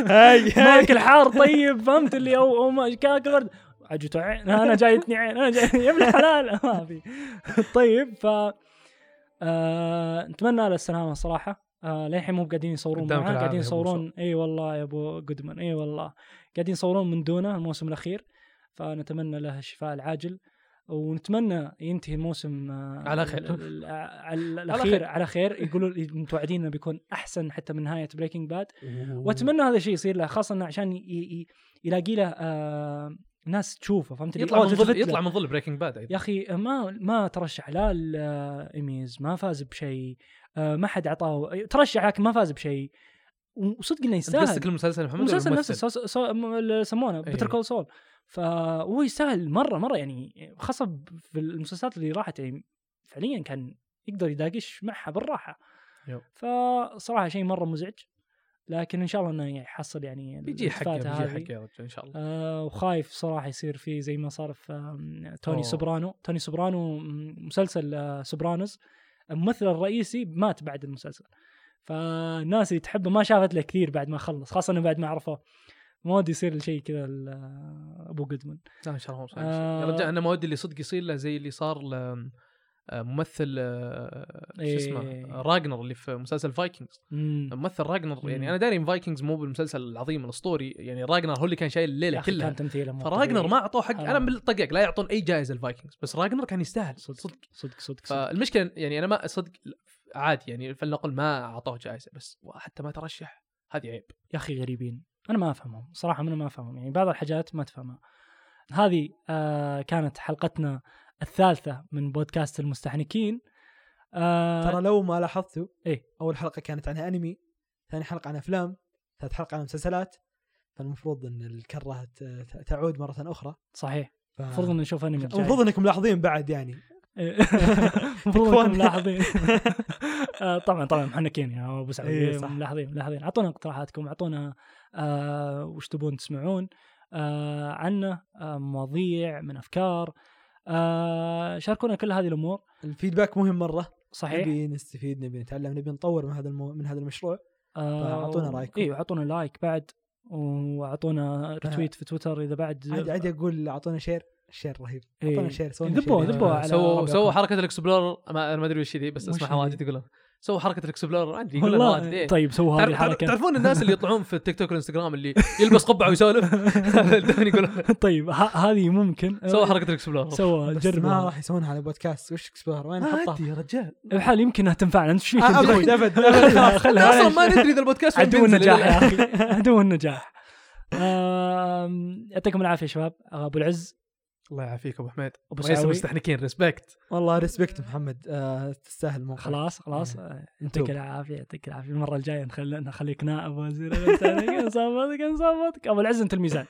Speaker 6: هاي هاي
Speaker 1: ماك الحار طيب فهمت اللي او او ما كاك برد عجته عين انا جايتني عين انا جاي يا ابن الحلال (laughs) ما في طيب ف آه، نتمنى له السلامه صراحه آه، للحين مو قاعدين يصورون
Speaker 5: قدامك
Speaker 1: معاه
Speaker 5: العافية
Speaker 1: قاعدين
Speaker 5: يا أبو
Speaker 1: يصورون اي والله يا ابو جودمان اي والله قاعدين يصورون من دونه الموسم الاخير فنتمنى له الشفاء العاجل ونتمنى ينتهي الموسم آه،
Speaker 5: على خير.
Speaker 1: ال- ال- آه، على الاخير على خير يقولوا متوعدين انه بيكون احسن حتى من نهايه بريكنج باد واتمنى هذا الشيء يصير له خاصه إنه عشان ي- ي- يلاقي له آه ناس تشوفه فهمت
Speaker 5: يطلع
Speaker 1: أو
Speaker 5: من
Speaker 1: تلتفت
Speaker 5: ظل
Speaker 1: له.
Speaker 5: يطلع من ظل بريكنج باد
Speaker 1: يا اخي ما ما ترشح لا الايميز ما فاز بشيء آه ما حد اعطاه ترشح لكن ما فاز بشيء وصدق انه
Speaker 5: انت قصدك
Speaker 1: يستاهل
Speaker 5: المسلسل محمد
Speaker 1: المسلسل
Speaker 5: ولا
Speaker 1: نفسه
Speaker 5: الممثل؟
Speaker 1: سو سو م- اللي يسمونه
Speaker 5: إيه.
Speaker 1: بيتر كول سول فهو يستاهل مره مره يعني خاصه ب- في المسلسلات اللي راحت يعني فعليا كان يقدر يداقش معها بالراحه
Speaker 5: يب.
Speaker 1: فصراحه شيء مره مزعج لكن ان شاء الله انه يحصل يعني
Speaker 5: بيجي حقه
Speaker 1: الالتفاتة
Speaker 5: بيجي
Speaker 1: هذه.
Speaker 5: حقه يا رجل ان شاء الله
Speaker 1: آه وخايف صراحه يصير فيه زي ما صار في آم، توني
Speaker 5: أوه.
Speaker 1: سوبرانو توني سوبرانو م- مسلسل آه، سوبرانوز الممثل الرئيسي مات بعد المسلسل فالناس اللي تحبه ما شافت له كثير بعد ما خلص خاصه انه بعد ما عرفه ما ودي يصير الشيء كذا ال- آه، ابو جودمان
Speaker 5: لا ان شاء الله مو بصير
Speaker 1: آه.
Speaker 5: يا رجال انا ما ودي اللي صدق يصير له زي اللي صار ل- آه، ممثل آه، شو اسمه
Speaker 1: إيه.
Speaker 5: آه، راجنر اللي في مسلسل فايكنجز
Speaker 1: مم.
Speaker 5: ممثل راجنر يعني
Speaker 1: مم.
Speaker 5: انا داري ان فايكنجز مو بالمسلسل العظيم الاسطوري يعني راجنر هو اللي كان شايل
Speaker 1: يا
Speaker 5: الليله
Speaker 1: أخي
Speaker 5: كلها
Speaker 1: كان تمثيله مو
Speaker 5: فراجنر
Speaker 1: طبيعي.
Speaker 5: ما اعطوه حق انا
Speaker 1: آه.
Speaker 5: بالطقق لا يعطون اي جائزه الفايكنجز بس راجنر كان يستاهل
Speaker 1: صدق
Speaker 5: صدق
Speaker 1: صدق صدق, صدق, صدق.
Speaker 5: فالمشكله يعني انا ما صدق عادي يعني فلنقل ما اعطوه جائزه بس حتى ما ترشح هذه عيب
Speaker 1: يا اخي غريبين انا ما افهمهم صراحه انا ما افهمهم يعني بعض الحاجات ما تفهمها هذه آه كانت حلقتنا الثالثه من بودكاست المستحنكين آه
Speaker 6: ترى لو ما لاحظتوا
Speaker 1: إيه.
Speaker 6: اول حلقه كانت عنها انمي ثاني حلقه عن افلام ثالث حلقه عن مسلسلات فالمفروض ان الكره ت- تعود مره اخرى
Speaker 1: صحيح
Speaker 6: ف-
Speaker 1: المفروض ان نشوف انمي الجاي.
Speaker 6: آه. المفروض انكم ملاحظين بعد يعني
Speaker 1: إيه. (laughs) المفروض انكم
Speaker 6: تكفون. (laughs)
Speaker 1: ملاحظين آه، طبعا طبعا محنكين يا ابو سعود
Speaker 6: إيه،
Speaker 1: إيه،
Speaker 6: صح.
Speaker 1: ملاحظين ملاحظين اعطونا اقتراحاتكم اعطونا آه وش تبون تسمعون آه عنا آه مواضيع من افكار آه شاركونا كل هذه الامور
Speaker 6: الفيدباك مهم مره
Speaker 1: صحيح
Speaker 6: نبي نستفيد نبي نتعلم نبي نطور من هذا المو... من هذا المشروع
Speaker 1: آه،
Speaker 6: فأعطونا رأيكم.
Speaker 1: اي اعطونا لايك إيه، بعد واعطونا ريتويت في تويتر اذا بعد
Speaker 6: عادي عادي اقول اعطونا شير شير رهيب
Speaker 1: إيه.
Speaker 6: اعطونا شير سوينا
Speaker 1: ذبوه
Speaker 6: شير.
Speaker 1: ذبوه على
Speaker 5: آه، سووا
Speaker 1: ربعكم.
Speaker 5: سووا حركه الاكسبلور ما ما ادري وش ذي بس
Speaker 1: وش
Speaker 5: اسمعها
Speaker 1: ذي؟
Speaker 5: واجد يقولها سووا حركه الاكسبلور ما ادري يقولها واجد
Speaker 1: والله
Speaker 5: إيه.
Speaker 1: طيب سووا هذه
Speaker 5: تعرف- تعرف-
Speaker 1: الحركه
Speaker 5: تعرفون الناس اللي يطلعون في التيك توك والانستغرام اللي يلبس قبعه ويسولف دائما
Speaker 1: (laughs)
Speaker 5: يقول
Speaker 1: (laughs) طيب ه- هذه ممكن
Speaker 5: سووا حركه الاكسبلور
Speaker 1: سووا
Speaker 6: بس ما
Speaker 1: جربها
Speaker 6: راح يسوونها على بودكاست وش اكسبلور وين حطها؟
Speaker 5: عادي يا
Speaker 1: (laughs)
Speaker 5: رجال
Speaker 1: الحال يمكن انها تنفعنا انت ايش فيك
Speaker 6: آه، ابد ابد ابد
Speaker 1: خلها
Speaker 5: احنا
Speaker 1: خلها
Speaker 5: اصلا ما ندري اذا البودكاست وين
Speaker 1: عدو
Speaker 5: بينزل
Speaker 1: النجاح
Speaker 5: إلا-
Speaker 1: يا اخي (laughs) عدو النجاح آم، يعطيكم العافيه يا شباب ابو العز
Speaker 5: الله يعافيك ابو حميد
Speaker 1: ابو
Speaker 5: ما يصير
Speaker 1: سعوي
Speaker 5: مستحنكين ريسبكت
Speaker 6: (laughs) والله ريسبكت محمد آه تستاهل الموقع
Speaker 1: خلاص خلاص
Speaker 6: متوب.
Speaker 1: يعطيك العافيه يعطيك العافيه المره الجايه نخل- نخليك نائب وزير الإنسانية. نظبطك نظبطك ابو العز انت الميزان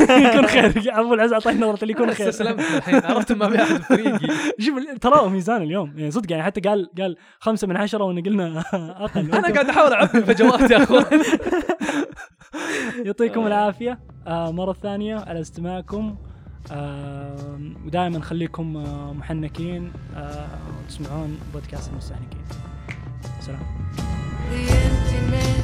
Speaker 1: يكون خير ابو العز اعطيني نظره اللي
Speaker 5: (laughs)
Speaker 1: يكون خير
Speaker 5: استسلمت الحين عرفت ما في احد في فريقي
Speaker 1: (laughs) شوف ال- ترى هو ميزان اليوم يعني صدق يعني حتى قال قال خمسة من عشرة ونقلنا (laughs)
Speaker 5: (laughs)
Speaker 1: أقل
Speaker 5: انا قاعد احاول اعبي الفجوات يا اخوان (laughs)
Speaker 1: يعطيكم العافية آه مرة ثانية على استماعكم آه ودائما خليكم آه محنكين آه وتسمعون بودكاست المستهلكين سلام
Speaker 4: The empty man